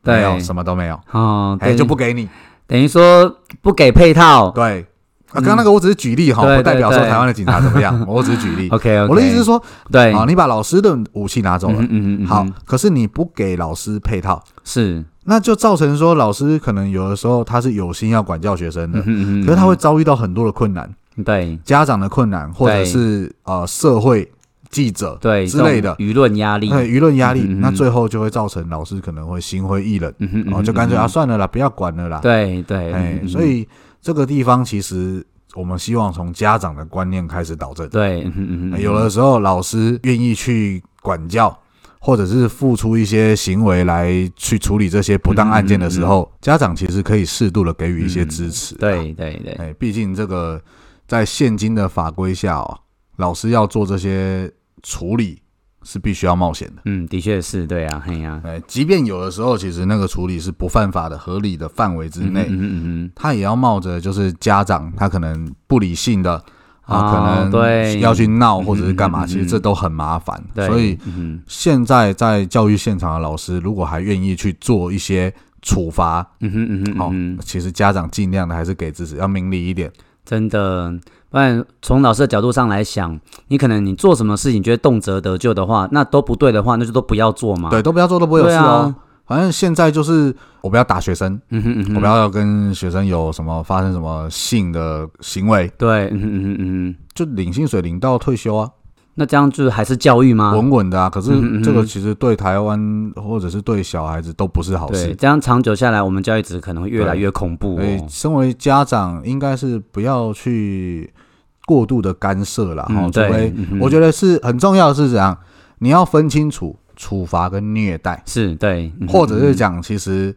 Speaker 2: 对
Speaker 1: 没有什么都没有，
Speaker 2: 哦，
Speaker 1: 哎
Speaker 2: 对，
Speaker 1: 就不给你。
Speaker 2: 等于说不给配套。
Speaker 1: 对，啊，刚刚那个我只是举例哈，
Speaker 2: 嗯对
Speaker 1: 不代表说
Speaker 2: 对对
Speaker 1: 台湾的警察怎么
Speaker 2: (laughs)
Speaker 1: 样，我只是举例。
Speaker 2: OK，, o k
Speaker 1: 我的意思是，说，
Speaker 2: 对，
Speaker 1: 啊，你把老师的武器拿走了
Speaker 2: 嗯，嗯嗯，
Speaker 1: 好
Speaker 2: 嗯，
Speaker 1: 可是你不给老师配套。
Speaker 2: 是，
Speaker 1: 那就造成说，老师可能有的时候他是有心要管教学生的
Speaker 2: 嗯，嗯嗯，
Speaker 1: 可是他会遭遇到很多的困难。
Speaker 2: 对
Speaker 1: 家长的困难，或者
Speaker 2: 对
Speaker 1: 是呃社会记者
Speaker 2: 对
Speaker 1: 之类
Speaker 2: 这
Speaker 1: 的哎
Speaker 2: 种，舆论压力，
Speaker 1: 对舆论压力，
Speaker 2: 嗯嗯嗯
Speaker 1: 那最后就会造成老师可能会心灰意冷，哦
Speaker 2: 嗯哼
Speaker 1: 啊然后就干脆啊，算了啦，不要管了啦。
Speaker 2: 对对，嗯
Speaker 1: 哎
Speaker 2: 嗯，嗯
Speaker 1: 所以这个地方其实我们希望从家长的观念开始导正。
Speaker 2: 对，嗯哼嗯哼
Speaker 1: 哎有的时候老师愿意去管教，或者是付出一些行为来去处理这些不当案件
Speaker 2: 嗯
Speaker 1: 的时候，家长其实可以适度的给予一些支持、，啊
Speaker 2: 对对对，
Speaker 1: 哎，毕竟这个在现今的法规下哦，老师要做这些处理是必须要冒险的。
Speaker 2: 嗯，的确是对啊，嘿呀、啊，
Speaker 1: 哎，即便有的时候其实那个处理是不犯法的合理的范围之
Speaker 2: 嗯哼
Speaker 1: 内，
Speaker 2: 嗯哼嗯
Speaker 1: 他也要冒着就是家长他可能不理性的
Speaker 2: 哦
Speaker 1: 啊，可能
Speaker 2: 对
Speaker 1: 要去闹或者是干嘛，
Speaker 2: 嗯
Speaker 1: 其实这都很麻烦。
Speaker 2: 对
Speaker 1: 所以
Speaker 2: 哼，嗯
Speaker 1: 现在在教育现场的老师，如果还愿意去做一些处罚，
Speaker 2: 哼嗯哼嗯哼
Speaker 1: 哦
Speaker 2: 嗯哼，，
Speaker 1: 其实家长尽量的还是给支持，要明理一点。
Speaker 2: 真的，不然从老师的角度上来想，你可能你做什么事情觉得动辄得咎的话，那都不对的话，那就都不要做嘛。
Speaker 1: 对，都不要做，都不会有事哦
Speaker 2: 对。
Speaker 1: 反正现在就是我不要打学生，
Speaker 2: 嗯哼嗯哼，
Speaker 1: 我不要跟学生有什么发生什么性的行为，
Speaker 2: 对，嗯哼嗯哼嗯哼，
Speaker 1: 就领薪水领到退休啊。
Speaker 2: 那这样就是还是教育吗？
Speaker 1: 稳稳的啊。可
Speaker 2: 嗯嗯嗯
Speaker 1: 是这个其实对台湾或者是对小孩子都不是好
Speaker 2: 对，
Speaker 1: 事。
Speaker 2: 这样长久下来，我们教育值可能会越来越恐怖
Speaker 1: 所以
Speaker 2: 哦，。
Speaker 1: 身为家长，应该是不要去过度的干涉啦。哈、
Speaker 2: 嗯，
Speaker 1: 除
Speaker 2: 对
Speaker 1: 非，
Speaker 2: 嗯哼
Speaker 1: 我觉得是很重要的是怎样，你要分清楚处罚跟虐待，
Speaker 2: 是对，嗯哼
Speaker 1: 或者是讲其实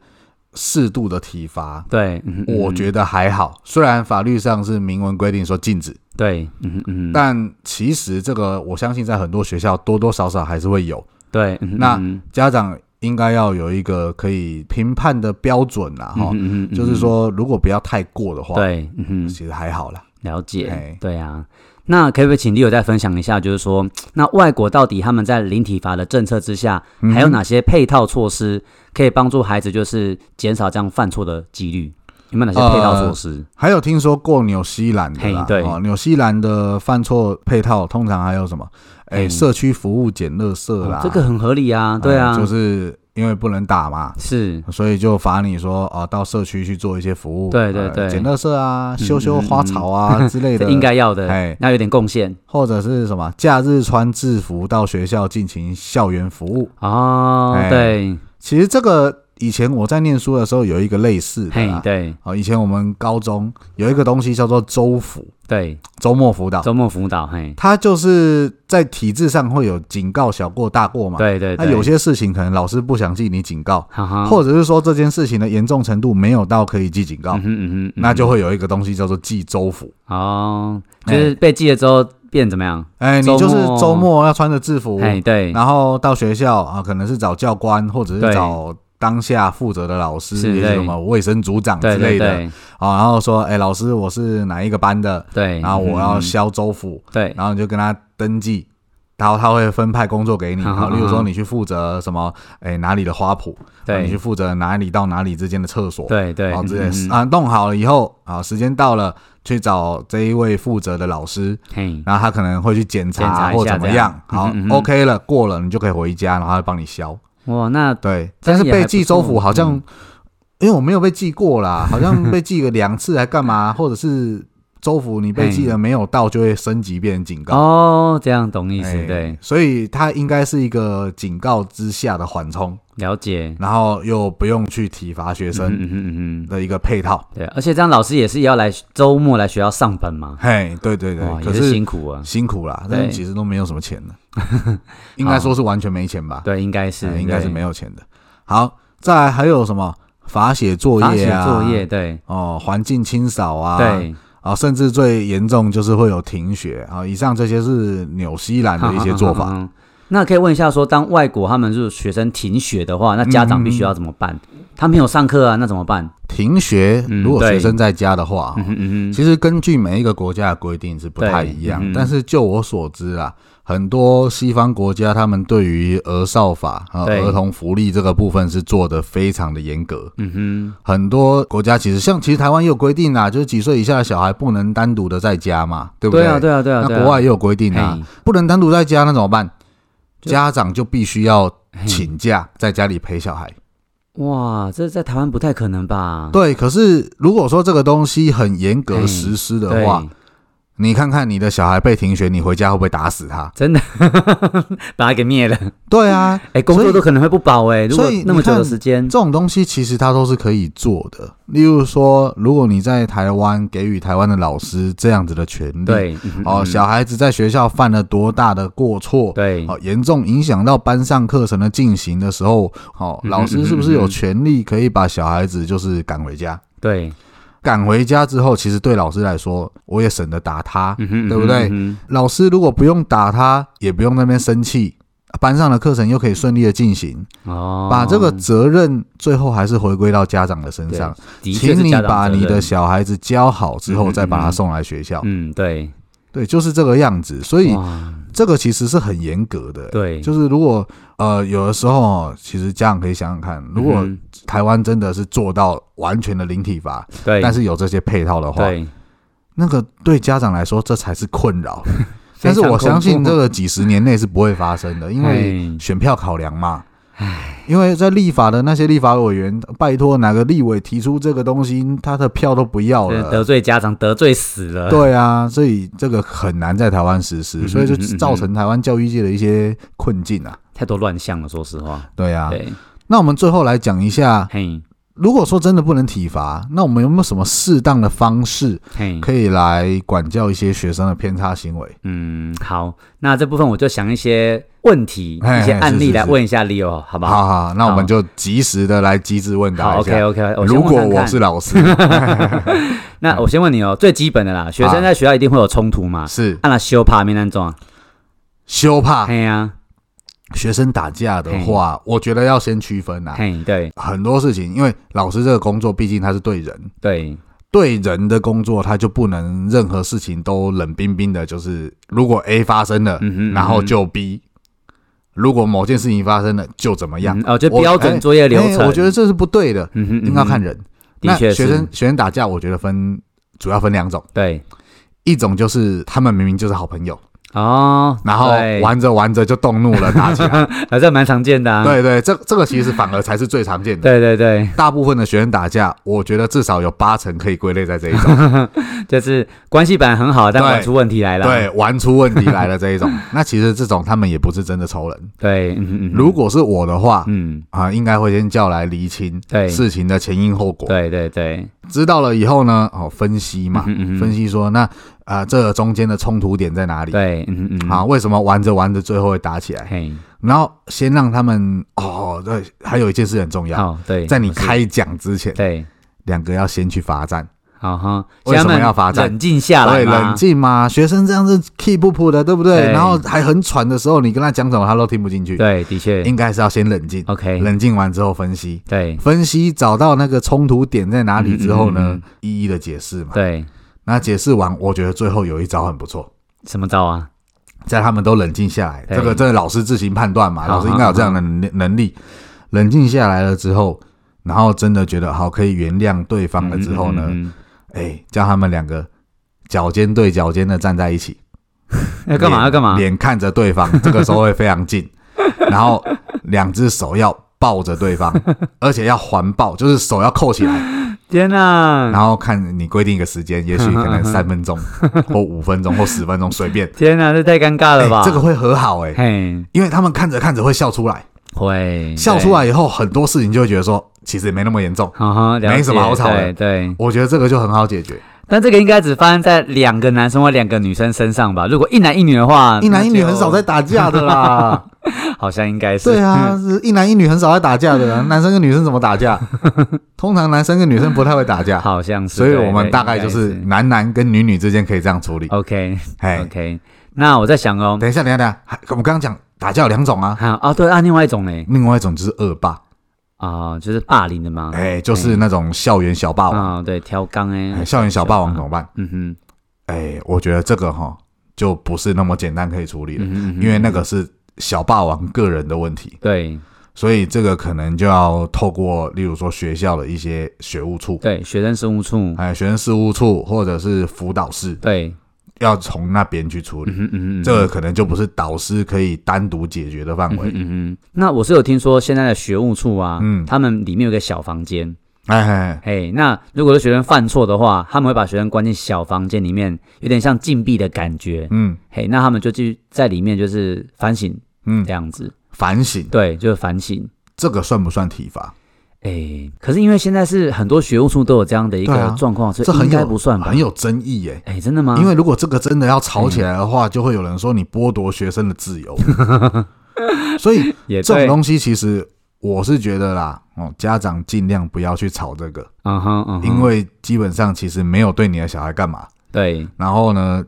Speaker 1: 适度的体罚。
Speaker 2: 对，嗯哼嗯
Speaker 1: 我
Speaker 2: 哼
Speaker 1: 觉得还好，虽然法律上是明文规定说禁止，
Speaker 2: 对，嗯哼嗯哼，
Speaker 1: 但其实这个我相信在很多学校多多少少还是会有。
Speaker 2: 对，嗯哼
Speaker 1: 那
Speaker 2: 嗯
Speaker 1: 家长应该要有一个可以评判的标准啦，
Speaker 2: 哼
Speaker 1: 哈、
Speaker 2: 嗯哼嗯哼
Speaker 1: 就是说如果不要太过的话，，
Speaker 2: 对，嗯哼，
Speaker 1: 其实还好啦。
Speaker 2: 了解
Speaker 1: 哎，
Speaker 2: 对啊。那可不可以请 Leo 再分享一下，就是说，那外国到底他们在零体罚的政策之下，
Speaker 1: 嗯
Speaker 2: 还有哪些配套措施可以帮助孩子，就是减少这样犯错的几率？有没有哪些
Speaker 1: 呃
Speaker 2: 配套措施？
Speaker 1: 还有听说过纽西兰的啦
Speaker 2: 嘿，对
Speaker 1: 哦纽西兰的犯错配套通常还有什么？哎、
Speaker 2: 嗯
Speaker 1: 社区服务捡垃圾啦，
Speaker 2: 哦这个很合理啊，对啊，
Speaker 1: 哎就是因为不能打嘛。
Speaker 2: 是
Speaker 1: 所以就罚你说啊，到社区去做一些服务，
Speaker 2: 对
Speaker 1: 呃
Speaker 2: 对对
Speaker 1: 捡垃圾啊，修修
Speaker 2: 嗯嗯
Speaker 1: 花草啊之类
Speaker 2: 这
Speaker 1: 的，
Speaker 2: (laughs) 应该要的，
Speaker 1: 哎，
Speaker 2: 那有点贡献
Speaker 1: 或者是什么假日穿制服到学校进行校园服务，
Speaker 2: 哦，
Speaker 1: 哎
Speaker 2: 对，
Speaker 1: 其实这个以前我在念书的时候有一个类似的
Speaker 2: 嘿，
Speaker 1: 啦。
Speaker 2: 对
Speaker 1: 哦，以前我们高中有一个东西叫做周辅，
Speaker 2: 对，
Speaker 1: 周末辅导，
Speaker 2: 周末辅导，嘿，
Speaker 1: 它就是在体制上会有警告小过大过嘛。。
Speaker 2: 对对嗯
Speaker 1: 那
Speaker 2: 对，
Speaker 1: 有些事情可能老师不想记你警告，
Speaker 2: 哈哈，
Speaker 1: 或者是说这件事情的严重程度没有到可以记警告，
Speaker 2: 嗯哼嗯哼，嗯哼
Speaker 1: 那就会有一个东西叫做记周辅。
Speaker 2: 哦，就是被记了之后变怎么样？
Speaker 1: 哎，你
Speaker 2: 周
Speaker 1: 就是
Speaker 2: 末
Speaker 1: 周末要穿着制服，
Speaker 2: 哎，对，
Speaker 1: 然后到学校啊，可能是找教官或者
Speaker 2: 对
Speaker 1: 是找当下负责的老师，
Speaker 2: 是
Speaker 1: 也
Speaker 2: 对
Speaker 1: 许什么卫生组长之
Speaker 2: 对
Speaker 1: 类
Speaker 2: 对
Speaker 1: 的
Speaker 2: 对
Speaker 1: 啊，然后说，哎，老师，我是哪一个班的，
Speaker 2: 对，
Speaker 1: 然后我
Speaker 2: 嗯
Speaker 1: 要
Speaker 2: 嗯
Speaker 1: 销周辅，
Speaker 2: 对，
Speaker 1: 然后你就跟他登记。然后他会分派工作给你，
Speaker 2: 好
Speaker 1: 然
Speaker 2: 好
Speaker 1: 后例如
Speaker 2: 好好
Speaker 1: 说你去负责什么，哎哪里的花圃，
Speaker 2: 嗯对，
Speaker 1: 你去负责哪里到哪里之间的厕所，
Speaker 2: 对对，
Speaker 1: 然后
Speaker 2: 嗯
Speaker 1: 之类
Speaker 2: 嗯
Speaker 1: 的啊弄好了以后，啊时间到了去找这一位负责的老师，
Speaker 2: 嘿，
Speaker 1: 然后他可能会去检
Speaker 2: 检查
Speaker 1: 查
Speaker 2: 一下
Speaker 1: 或怎么
Speaker 2: 这样
Speaker 1: 样，好
Speaker 2: 嗯哼嗯哼
Speaker 1: ，OK 了，过了你就可以回家，然后他会帮你消。
Speaker 2: 哇，那
Speaker 1: 对，
Speaker 2: 这
Speaker 1: 但
Speaker 2: 样
Speaker 1: 是
Speaker 2: 也还
Speaker 1: 被
Speaker 2: 不
Speaker 1: 记州
Speaker 2: 错嗯
Speaker 1: 府好像，因为我没有被记过啦，好像
Speaker 2: (laughs)
Speaker 1: 被记个两次还干嘛，或者是州府你被记了没有到就会升级变成警告。
Speaker 2: 哦，这样懂意思，
Speaker 1: 哎
Speaker 2: 对，，
Speaker 1: 所以它应该是一个警告之下的缓冲，
Speaker 2: 了解，
Speaker 1: 然后又不用去体罚学
Speaker 2: 嗯
Speaker 1: 生
Speaker 2: 嗯嗯嗯，
Speaker 1: 的一个配套。
Speaker 2: 对，而且这样老师也是要来周末来学校上班嘛，
Speaker 1: 嘿，对对
Speaker 2: 嗯哇，
Speaker 1: 对，
Speaker 2: 也
Speaker 1: 可
Speaker 2: 是
Speaker 1: 是
Speaker 2: 辛苦啊，
Speaker 1: 辛苦啦，但
Speaker 2: 对哦
Speaker 1: 是其实都没有什么钱的，
Speaker 2: (laughs)
Speaker 1: 应该说是完全没钱吧？
Speaker 2: 对，应该是
Speaker 1: 哎应该是没
Speaker 2: 有
Speaker 1: 有钱的。好，再来还有什么罚写作
Speaker 2: 罚
Speaker 1: 业
Speaker 2: 写
Speaker 1: 啊？
Speaker 2: 作业，对
Speaker 1: 哦，环境清扫啊，
Speaker 2: 对，
Speaker 1: 啊，甚至最严重就是会有停学啊。以上这些是纽西兰的一些做法。
Speaker 2: (laughs) 嗯。嗯嗯嗯那可以问一下说当外国他们就是学生停学的话，那家长必须要怎么办？他没有上课啊，那怎么办？
Speaker 1: 停学
Speaker 2: 嗯，
Speaker 1: 如果
Speaker 2: 对
Speaker 1: 学生在家的话，
Speaker 2: 嗯哼嗯哼，
Speaker 1: 其实根据每一个国家的规定是不太一
Speaker 2: 对嗯
Speaker 1: 样。但是就我所知啊，很多西方国家他们对于儿少法和
Speaker 2: 对
Speaker 1: 儿童福利这个部分是做的非常的严格。
Speaker 2: 嗯
Speaker 1: 很多国家其实像其实台湾也有规定啊，就是几岁以下的小孩不能单独的在家嘛，对
Speaker 2: 哼，
Speaker 1: 不对？
Speaker 2: 对啊对啊对啊，
Speaker 1: 那
Speaker 2: 对啊
Speaker 1: 国外也有规定啊，
Speaker 2: 嘿
Speaker 1: 不能单独在家，那怎么办？
Speaker 2: 就
Speaker 1: 家长就必须要
Speaker 2: 嘿嗯
Speaker 1: 请假在家里陪小孩。
Speaker 2: 哇，这在台湾不太可能吧？
Speaker 1: 对，可是如果说这个东西很严格
Speaker 2: 嘿
Speaker 1: 实施的话，，你看看你的小孩被停学，你回家会不会打死他？
Speaker 2: 真的 (laughs) 把他给灭了。
Speaker 1: 对啊，
Speaker 2: 哎、工
Speaker 1: 所
Speaker 2: 作
Speaker 1: 以
Speaker 2: 都可能会不保哎、如果
Speaker 1: 所以
Speaker 2: 那么久
Speaker 1: 你
Speaker 2: 的
Speaker 1: 看
Speaker 2: 时间
Speaker 1: 这，种东西其实它都是可以做的。例如说，如果你在台湾给予台湾的老师这样子的权利，，
Speaker 2: 对，嗯哼
Speaker 1: 哦，小孩子在学校犯了多大的过错，
Speaker 2: 对，
Speaker 1: 好，严重影响到班上课程的进行的时候，好，
Speaker 2: 嗯
Speaker 1: 老师是不是
Speaker 2: 嗯嗯
Speaker 1: 有
Speaker 2: 嗯
Speaker 1: 权利可以把小孩子就是赶回家？
Speaker 2: 对，
Speaker 1: 赶回家之后，其实对老师来说，我也省得打他。
Speaker 2: 嗯哼
Speaker 1: 对不对
Speaker 2: 嗯哼嗯
Speaker 1: 老师如果不用打他，也不用在那边生气，班上的课程又可以顺利的进行，
Speaker 2: 哼哦，
Speaker 1: 把这个责任最后还是回归到家长的身
Speaker 2: 对
Speaker 1: 上。，
Speaker 2: 的确
Speaker 1: 请
Speaker 2: 是
Speaker 1: 你
Speaker 2: 家长
Speaker 1: 把
Speaker 2: 责
Speaker 1: 你的
Speaker 2: 任，
Speaker 1: 小孩子教好之
Speaker 2: 嗯
Speaker 1: 后，
Speaker 2: 嗯
Speaker 1: 再把他
Speaker 2: 嗯
Speaker 1: 送来学校。
Speaker 2: 嗯，对，
Speaker 1: 对，就是这个样子。所以
Speaker 2: 哇，
Speaker 1: 这个其实是很严格的。
Speaker 2: 对，嗯
Speaker 1: 就是如果呃有的时候哦，其实家长可以想想看，如果
Speaker 2: 嗯哼
Speaker 1: 台湾真的是做到完全的零体罚，
Speaker 2: 对，
Speaker 1: 但
Speaker 2: 是
Speaker 1: 是有这些配套的话，
Speaker 2: 对，
Speaker 1: 那个对家长来说这才是困扰。
Speaker 2: (laughs) 非
Speaker 1: 但
Speaker 2: 常
Speaker 1: 是我相信
Speaker 2: 恐怖
Speaker 1: 这个几十年内是不会发生的，因为
Speaker 2: 哎
Speaker 1: 选票考量嘛。因为在立法的那些立法委员，拜托哪个立委提出这个东西，他的票都不要
Speaker 2: 这
Speaker 1: 了。
Speaker 2: 得罪家长得罪死了，
Speaker 1: 对啊，所以这个很难在台湾实施，
Speaker 2: 嗯
Speaker 1: 所以就
Speaker 2: 嗯嗯嗯
Speaker 1: 造成台湾教育界的一些困境啊。
Speaker 2: 太多乱象了，说实话，
Speaker 1: 对啊，
Speaker 2: 对，
Speaker 1: 那我们最后来讲一下，
Speaker 2: 嘿，
Speaker 1: 如果说真的不能体罚，那我们有没有什么适当的方式
Speaker 2: 嘿，
Speaker 1: 可以来管教一些学生的偏差行为？
Speaker 2: 嗯，好，那这部分我就想一些问题、
Speaker 1: 嘿嘿
Speaker 2: 一些案
Speaker 1: 是
Speaker 2: 例
Speaker 1: 是
Speaker 2: 来
Speaker 1: 是
Speaker 2: 问一下 Leo，好不好？
Speaker 1: 好好，那我们就及时的来机智问答
Speaker 2: 好
Speaker 1: 一下。
Speaker 2: ，OK，OK，我先哦
Speaker 1: 如
Speaker 2: 问看看、o k OK，
Speaker 1: 果我是老
Speaker 2: (laughs)
Speaker 1: 师，
Speaker 2: 那我先问你哦，最基本的啦，学生在学校一定会有冲突嘛？
Speaker 1: 是
Speaker 2: 按了修怕没那种啊？
Speaker 1: 羞怕
Speaker 2: 嘿呀，
Speaker 1: 学生打架的话，我觉得要先区分啊。
Speaker 2: 嘿，对
Speaker 1: 很多事情，因为老师这个工作毕竟他是对人，
Speaker 2: 对，
Speaker 1: 对人的工作，他就不能任何事情都冷冰冰的。就是如果 A 发生了，
Speaker 2: 嗯哼
Speaker 1: 然后
Speaker 2: 嗯哼
Speaker 1: 就 B；如果某件事情发生了，就怎么样
Speaker 2: 嗯。哦，就
Speaker 1: 我
Speaker 2: 标准作业流程，
Speaker 1: 哎我觉得这是不对的，
Speaker 2: 嗯哼，嗯哼
Speaker 1: 应该看，人。
Speaker 2: 的
Speaker 1: 那
Speaker 2: 确
Speaker 1: 学
Speaker 2: 是
Speaker 1: 生学生打架，我觉得分主要分两种，
Speaker 2: 对
Speaker 1: 一种就是他们明明就是好朋友，
Speaker 2: 哦，
Speaker 1: 然后
Speaker 2: 对，
Speaker 1: 玩着玩着就动怒了，打起
Speaker 2: (laughs)
Speaker 1: 来。
Speaker 2: 啊，这蛮常见的啊，
Speaker 1: 对对，这这个其实反而才是最常见的。
Speaker 2: 对对对，
Speaker 1: 大部分的学生打架，我觉得至少有八成可以归类在这一种，
Speaker 2: 就是关系本来很好，但
Speaker 1: 对
Speaker 2: 玩出问题来了，
Speaker 1: 对，玩出问题来了这一种。那其实这种他们也不是真的仇人。
Speaker 2: 对，嗯嗯，嗯
Speaker 1: 如果是我的话，
Speaker 2: 嗯，
Speaker 1: 啊，应该会先叫来厘清
Speaker 2: 对
Speaker 1: 事情的前因后果。
Speaker 2: 对对对，
Speaker 1: 知道了以后呢，哦，分析嘛，
Speaker 2: 嗯哼嗯哼
Speaker 1: 分析说那呃，这个中间的冲突点在哪里？
Speaker 2: 对，嗯嗯嗯，
Speaker 1: 啊，，为什么玩着玩着最后会打起来？
Speaker 2: 嘿，
Speaker 1: 然后先让他们哦，对，还有一件事很重要，
Speaker 2: 好，对，
Speaker 1: 在你
Speaker 2: 我是，
Speaker 1: 开讲之前，
Speaker 2: 对，
Speaker 1: 两个要先去罚站，
Speaker 2: 好哈，
Speaker 1: 为什么
Speaker 2: 先让他们
Speaker 1: 要罚站
Speaker 2: 冷静下来
Speaker 1: 对，
Speaker 2: 嘛，
Speaker 1: 冷静嘛，学生这样子 keep up 的，对不对？
Speaker 2: 对
Speaker 1: 然后还很喘的时候，你跟他讲什么他都听不进去，
Speaker 2: 对，的确
Speaker 1: 应该是要先冷静，
Speaker 2: ，OK，
Speaker 1: 冷静完之后分析。
Speaker 2: 对
Speaker 1: 分析找到那个冲突点在哪里之后呢，
Speaker 2: 嗯嗯嗯
Speaker 1: 一一的解释嘛。
Speaker 2: 对，
Speaker 1: 那解释完，我觉得最后有一招很不错，
Speaker 2: 什么招啊？
Speaker 1: 在他们都冷静下来，
Speaker 2: 对
Speaker 1: 这个这个老师自行判断嘛，
Speaker 2: 好
Speaker 1: 老师应该有这样的能能力。冷静下来了之后，然后真的觉得好可以原谅对方了之后呢，
Speaker 2: 嗯，嗯嗯
Speaker 1: 哎，叫他们两个脚尖对脚尖的站在一起，
Speaker 2: 要干嘛
Speaker 1: 脸
Speaker 2: 要干嘛？
Speaker 1: 脸看着对方，这个时候会非常近， (laughs) 然后两只手要抱着对方，而且要环抱，就是手要扣起来，
Speaker 2: 天呐，
Speaker 1: 然后看你规定一个时间，也许可能三分钟或五分钟或十分钟，随便。
Speaker 2: 天呐，这太尴尬了吧？
Speaker 1: 哎这个会和好哎、
Speaker 2: 嘿，嗯
Speaker 1: 因为他们看着看着会笑出来，
Speaker 2: 会
Speaker 1: 笑出，来以后，很多事情就会觉得说，其实也没那么严重
Speaker 2: 对。哈哈，了解
Speaker 1: 没什么好吵的
Speaker 2: 对对，
Speaker 1: 我觉得这个就很好解决，
Speaker 2: 但这个应该只发生在两个男生或两个女生身上吧？如果一男一女的话，
Speaker 1: 一男一女
Speaker 2: 那就
Speaker 1: 很少在，打架的啦。
Speaker 2: 好像应该哦 (laughs) 是
Speaker 1: 对，啊，是一男一女很少在打架的
Speaker 2: (laughs)
Speaker 1: 啦，男生跟女生怎么打架？通常男生跟女生不太会打架，
Speaker 2: 好像是，
Speaker 1: 所以
Speaker 2: 对
Speaker 1: 我们
Speaker 2: 对
Speaker 1: 大概就
Speaker 2: 应
Speaker 1: 是
Speaker 2: 该
Speaker 1: 男男跟女女之间可以这样处理。
Speaker 2: OK
Speaker 1: 哎，
Speaker 2: OK。那我在想哦，
Speaker 1: 等一下，等一下，等一下，还我们刚刚讲打架有两种啊，
Speaker 2: 还有啊，对啊，另外一种呢，
Speaker 1: 另外一种就是恶霸，
Speaker 2: 啊，就是霸凌的嘛，
Speaker 1: 哎，就是那种校园小霸王，
Speaker 2: 啊，对，挑缸哎
Speaker 1: 哎，校园小霸王怎么办？
Speaker 2: 嗯哼，
Speaker 1: 哎，我觉得这个哈就不是那么简单可以处理了
Speaker 2: 嗯，哼嗯哼
Speaker 1: 因为那个是小霸王个人的问题，
Speaker 2: 对
Speaker 1: 所以这个可能就要透过，例如说学校的一些学务处，
Speaker 2: 对，学生事务处，
Speaker 1: 还有学生事务处或者是辅导室，
Speaker 2: 对，
Speaker 1: 要从那边去处理。
Speaker 2: 嗯哼嗯哼，嗯哼
Speaker 1: 这个可能就不是导师可以单独解决
Speaker 2: 嗯
Speaker 1: 的范围。
Speaker 2: 嗯哼，那我是有听说现在的学务处啊，
Speaker 1: 嗯
Speaker 2: 他们里面有个小房间，
Speaker 1: 哎哎，
Speaker 2: 嘿，那如果是学生犯错的话，他们会把学生关进小房间里面，有点像禁闭的感觉。
Speaker 1: 嗯
Speaker 2: 嘿，那他们就继续在里面就是反省
Speaker 1: 嗯
Speaker 2: 这，样子，
Speaker 1: 反省
Speaker 2: 对，就是反省。
Speaker 1: 这个算不算体罚？
Speaker 2: 哎，可是因为现在是很多学务处都有这样的一
Speaker 1: 对
Speaker 2: 个
Speaker 1: 啊
Speaker 2: 状况，所
Speaker 1: 这
Speaker 2: 以
Speaker 1: 很
Speaker 2: 应该
Speaker 1: 有
Speaker 2: 不算吧
Speaker 1: 很？有争议耶。
Speaker 2: 哎，真的吗？
Speaker 1: 因为如果这个真的要吵起来的话，就会有人说你剥夺学生的自
Speaker 2: (laughs)
Speaker 1: 由。所以
Speaker 2: 也
Speaker 1: 这种
Speaker 2: 对，
Speaker 1: 东西，其实我是觉得啦，哦，家长尽量不要去吵这个，
Speaker 2: 嗯哼嗯哼，
Speaker 1: 因为基本上其实没有对你的小孩干嘛。
Speaker 2: 对，
Speaker 1: 然后呢，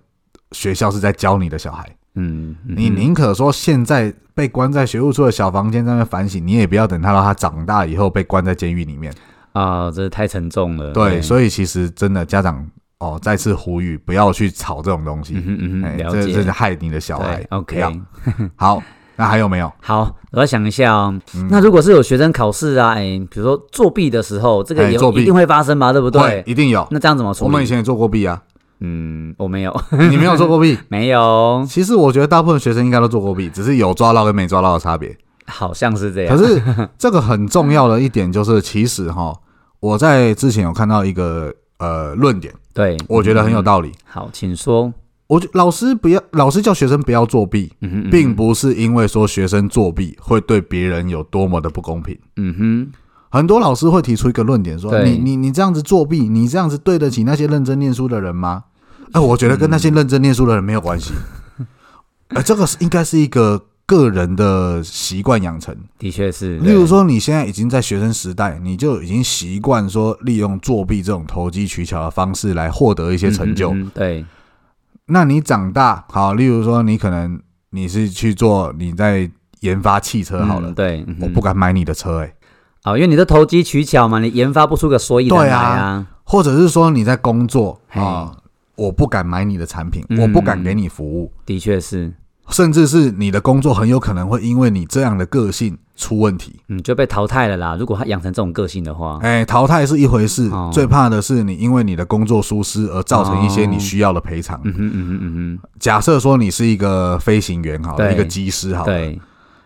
Speaker 1: 学校是在教你的小孩，
Speaker 2: 嗯，嗯
Speaker 1: 你
Speaker 2: 嗯
Speaker 1: 宁可说现在被关在学务处的小房间上面反省，你也不要等他到他长大以后被关在监狱里面。
Speaker 2: 啊，这太沉重了。
Speaker 1: 对，
Speaker 2: 以
Speaker 1: 所以其实真的家长哦，再次呼吁不要去吵这种东西
Speaker 2: 嗯，哼嗯
Speaker 1: 哎
Speaker 2: 哼，了
Speaker 1: 这
Speaker 2: 解。
Speaker 1: 这是害你的小孩
Speaker 2: 对。
Speaker 1: 不要
Speaker 2: ，OK，
Speaker 1: 好，那还有没有？
Speaker 2: 好，我要想一下哦。
Speaker 1: 嗯
Speaker 2: 那如果是有学生考试啊，哎、比如说作弊的时候，这个
Speaker 1: 哎
Speaker 2: 也
Speaker 1: 作弊
Speaker 2: 一定会发生吧，对不对？
Speaker 1: 一定有。
Speaker 2: 那这样怎么处
Speaker 1: 我
Speaker 2: 理？
Speaker 1: 们以前也做过弊啊， (laughs)
Speaker 2: 嗯，我没有， (laughs)
Speaker 1: 你没有做过弊？
Speaker 2: 没有，
Speaker 1: 其实我觉得大部分学生应该都做过弊，只是有抓到跟没抓到的差别。
Speaker 2: 好像是这
Speaker 1: 可
Speaker 2: 样。
Speaker 1: 是这个很重要的一点就是，其实哈，我在之前有看到一个呃论点，
Speaker 2: 对，
Speaker 1: 我觉得很有
Speaker 2: 理。
Speaker 1: 道理。
Speaker 2: 好，请说。
Speaker 1: 我觉老师不要，老师叫学生不要作弊，
Speaker 2: 嗯哼，嗯哼
Speaker 1: 并，不是因为说学生作弊会对别人有多么的不公平。
Speaker 2: 嗯哼，
Speaker 1: 很多老师会提出一个论点说：“
Speaker 2: 对
Speaker 1: 你你你这样子作弊，你这样子对得起那些认真念书的人
Speaker 2: (laughs)
Speaker 1: 吗？”哎、我觉得跟那些认真念书的人没有关系。 (laughs) 哎、这个是应该是一个个人的习惯养成。
Speaker 2: 的确是。
Speaker 1: 例如说，你现在已经在学生时代，你就已经习惯说利用作弊这种投机取巧的方式来获得一些
Speaker 2: 对
Speaker 1: 成就。
Speaker 2: 嗯哼嗯哼对，
Speaker 1: 那你长大好，例如说，你可能你是去做你在研发汽车好了，
Speaker 2: 嗯对，嗯哼
Speaker 1: 我不敢买你的车、欸，
Speaker 2: 哦，因为你的投机取巧嘛，你研发不出个所以然
Speaker 1: 对
Speaker 2: 来
Speaker 1: 啊
Speaker 2: 啊。
Speaker 1: 或者是说你在工作
Speaker 2: 嘿
Speaker 1: 啊、我不敢买你的产品，
Speaker 2: 嗯
Speaker 1: 我不敢给你服务，
Speaker 2: 的确是，
Speaker 1: 甚至是你的工作很有可能会因为你这样的个性出问题。
Speaker 2: 嗯，就被淘汰了啦。如果他养成这种个性的话，
Speaker 1: 哎，淘汰是一回事，
Speaker 2: 哦
Speaker 1: 最怕的是你因为你的工作疏失而造成一些你需要的赔偿。
Speaker 2: 嗯哼嗯哼嗯
Speaker 1: 假设说你是一个飞行员好了，
Speaker 2: 对
Speaker 1: 一个机师好
Speaker 2: 哼，
Speaker 1: 了，
Speaker 2: 对，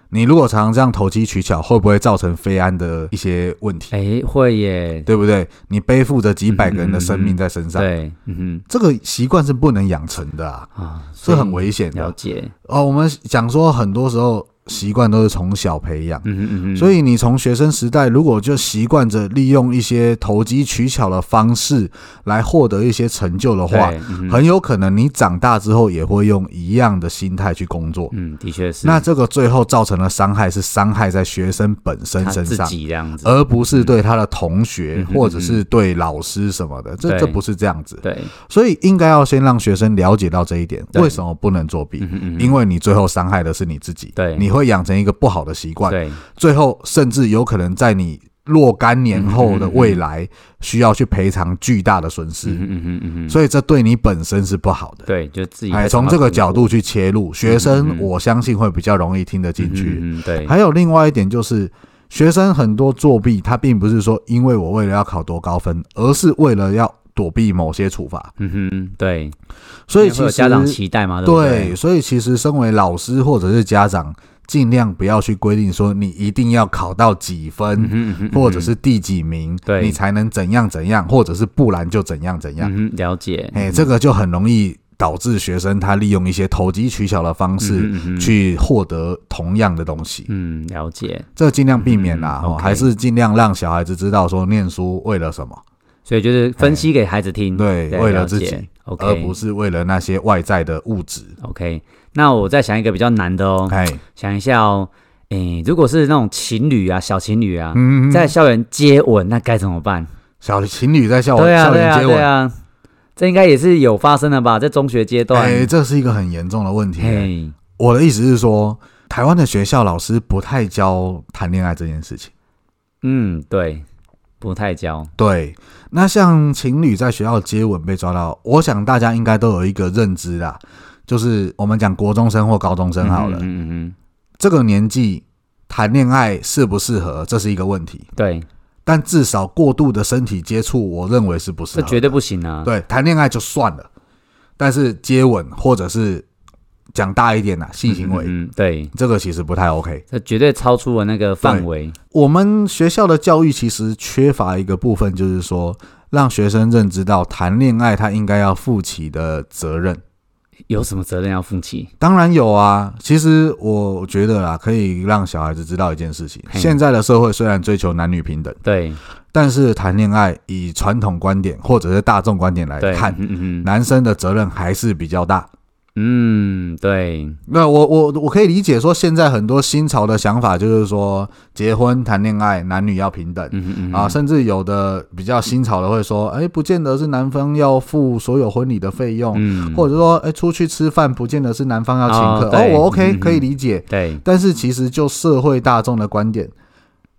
Speaker 1: 你如果常常这样投机取巧，会不会造成飞安的一些问题？
Speaker 2: 哎，会耶，
Speaker 1: 对不对？你背负着几百个
Speaker 2: 嗯
Speaker 1: 人的生命在身上，
Speaker 2: 对，嗯
Speaker 1: 这个习惯是不能养成的啊，
Speaker 2: 哼，啊，
Speaker 1: 是
Speaker 2: 所以
Speaker 1: 很危险的
Speaker 2: 了。解，
Speaker 1: 哦，我们讲说很多时候习惯都是从小培养，
Speaker 2: 嗯哼嗯哼，
Speaker 1: 所以你从学生时代如果就习惯着利用一些投机取巧的方式来获得一些成就的
Speaker 2: 对
Speaker 1: 话，
Speaker 2: 嗯哼
Speaker 1: 很有可能你长大之后也会用一样的心态去工作。
Speaker 2: 嗯，的确是，
Speaker 1: 那这个最后造成的伤害是伤害在学生本身
Speaker 2: 他
Speaker 1: 身
Speaker 2: 自
Speaker 1: 上，呃
Speaker 2: 己这样子，
Speaker 1: 而不是对他的同学
Speaker 2: 嗯哼
Speaker 1: 或者是对老师什么的。这
Speaker 2: 对
Speaker 1: 这不是这样子，
Speaker 2: 对，
Speaker 1: 所以应该要先让学生了解到这一点，
Speaker 2: 对
Speaker 1: 为什么不能作弊？
Speaker 2: 嗯哼嗯哼，
Speaker 1: 因为你最后伤害的是你自己，
Speaker 2: 对
Speaker 1: 你会养成一个不好的习惯，
Speaker 2: 对，
Speaker 1: 最后甚至有可能在你若干年后的未来需要去赔偿巨大的损
Speaker 2: 嗯
Speaker 1: 失，
Speaker 2: 哼嗯哼嗯哼，
Speaker 1: 所以这对你本身是不好的。
Speaker 2: 对，就自己嗯
Speaker 1: 哎，
Speaker 2: 会
Speaker 1: 从
Speaker 2: 找
Speaker 1: 这个
Speaker 2: 到
Speaker 1: 角度去切入，学生我相信会比较容易听得
Speaker 2: 自
Speaker 1: 进
Speaker 2: 己
Speaker 1: 去。
Speaker 2: 嗯哼嗯哼对，
Speaker 1: 还有另外一点就是，学生很多作弊，他并不是说因为我为了要考多高分，而是为了要躲避某些处罚。
Speaker 2: 嗯哼，对，
Speaker 1: 所以
Speaker 2: 因为会
Speaker 1: 其
Speaker 2: 有
Speaker 1: 实
Speaker 2: 家长期待嘛，对不
Speaker 1: 对，？所以其实身为老师或者是家长，尽量不要去规定说你一定要考到几
Speaker 2: 嗯
Speaker 1: 分，
Speaker 2: 哼嗯哼，嗯哼
Speaker 1: 或者是第几名，
Speaker 2: 对
Speaker 1: 你才能怎样怎样，或者是不然就怎样怎样。
Speaker 2: 嗯哼，了解，
Speaker 1: 哎、这个就很容易导致学生他利用一些投机取巧的方式。
Speaker 2: 嗯哼，嗯哼
Speaker 1: 去获得同样的东西，
Speaker 2: 嗯，了解，
Speaker 1: 这尽量避免啦，
Speaker 2: 嗯
Speaker 1: 哦
Speaker 2: OK
Speaker 1: 还是尽量让小孩子知道说念书为了什么，
Speaker 2: 所以就是分析给孩子听，
Speaker 1: 对为了自己
Speaker 2: ，OK，
Speaker 1: 而不是为了那些外在的物质。
Speaker 2: OK。那我再想一个比较难的哦，
Speaker 1: 哎，
Speaker 2: 想一下哦，诶，如果是那种情侣啊，小情侣啊，
Speaker 1: 嗯，
Speaker 2: 在校园接吻，那该怎么办？
Speaker 1: 小情侣在校
Speaker 2: 对啊，
Speaker 1: 校
Speaker 2: 对
Speaker 1: 园
Speaker 2: 啊，
Speaker 1: 接吻
Speaker 2: 对，啊，这应该也是有发生的吧？在中学阶段，
Speaker 1: 哎，这是一个很严重的问题。
Speaker 2: 嘿，
Speaker 1: 我的意思是说，台湾的学校老师不太教谈恋爱这件事情。
Speaker 2: 嗯，对，不太教，
Speaker 1: 对，那像情侣在学校接吻被抓到，我想大家应该都有一个认知啦，就是我们讲国中生或高中生好了，
Speaker 2: 嗯嗯嗯
Speaker 1: 这个年纪谈恋爱适不适合，这是一个问题。
Speaker 2: 嗯，对，
Speaker 1: 但至少过度的身体接触，我认为是不适
Speaker 2: 这
Speaker 1: 合。
Speaker 2: 绝对不行啊，
Speaker 1: 对，谈恋爱就算了，但是接吻或者是讲大一点呐、啊性行为、
Speaker 2: 嗯，嗯对，
Speaker 1: 这个其实不太 OK。
Speaker 2: 这绝对超出了那个范围。
Speaker 1: 我们学校的教育其实缺乏一个部分，就是说让学生认知到谈恋爱他应该要负起的责任。
Speaker 2: 有什么责任要负起？
Speaker 1: 当然有啊，其实我觉得啦，可以让小孩子知道一件事情：
Speaker 2: 嘿
Speaker 1: 现在的社会虽然追求男女平等，
Speaker 2: 对
Speaker 1: 但是谈恋爱以传统观点或者是大众观点来
Speaker 2: 对，
Speaker 1: 看，
Speaker 2: 嗯嗯嗯
Speaker 1: 男生的责任还是比较大。
Speaker 2: 嗯，对，
Speaker 1: 那我我我可以理解说，现在很多新潮的想法就是说，结婚谈恋爱男女要平等。
Speaker 2: 嗯嗯嗯
Speaker 1: 啊，，甚至有的比较新潮的会说，哎、不见得是男方要付所有婚礼的费用，
Speaker 2: 嗯，
Speaker 1: 或者说，哎、出去吃饭不见得是男方要请
Speaker 2: 哦
Speaker 1: 客。哦，
Speaker 2: 对
Speaker 1: 我 OK
Speaker 2: 嗯嗯
Speaker 1: 可以理解，
Speaker 2: 对，
Speaker 1: 但是其实就社会大众的观点，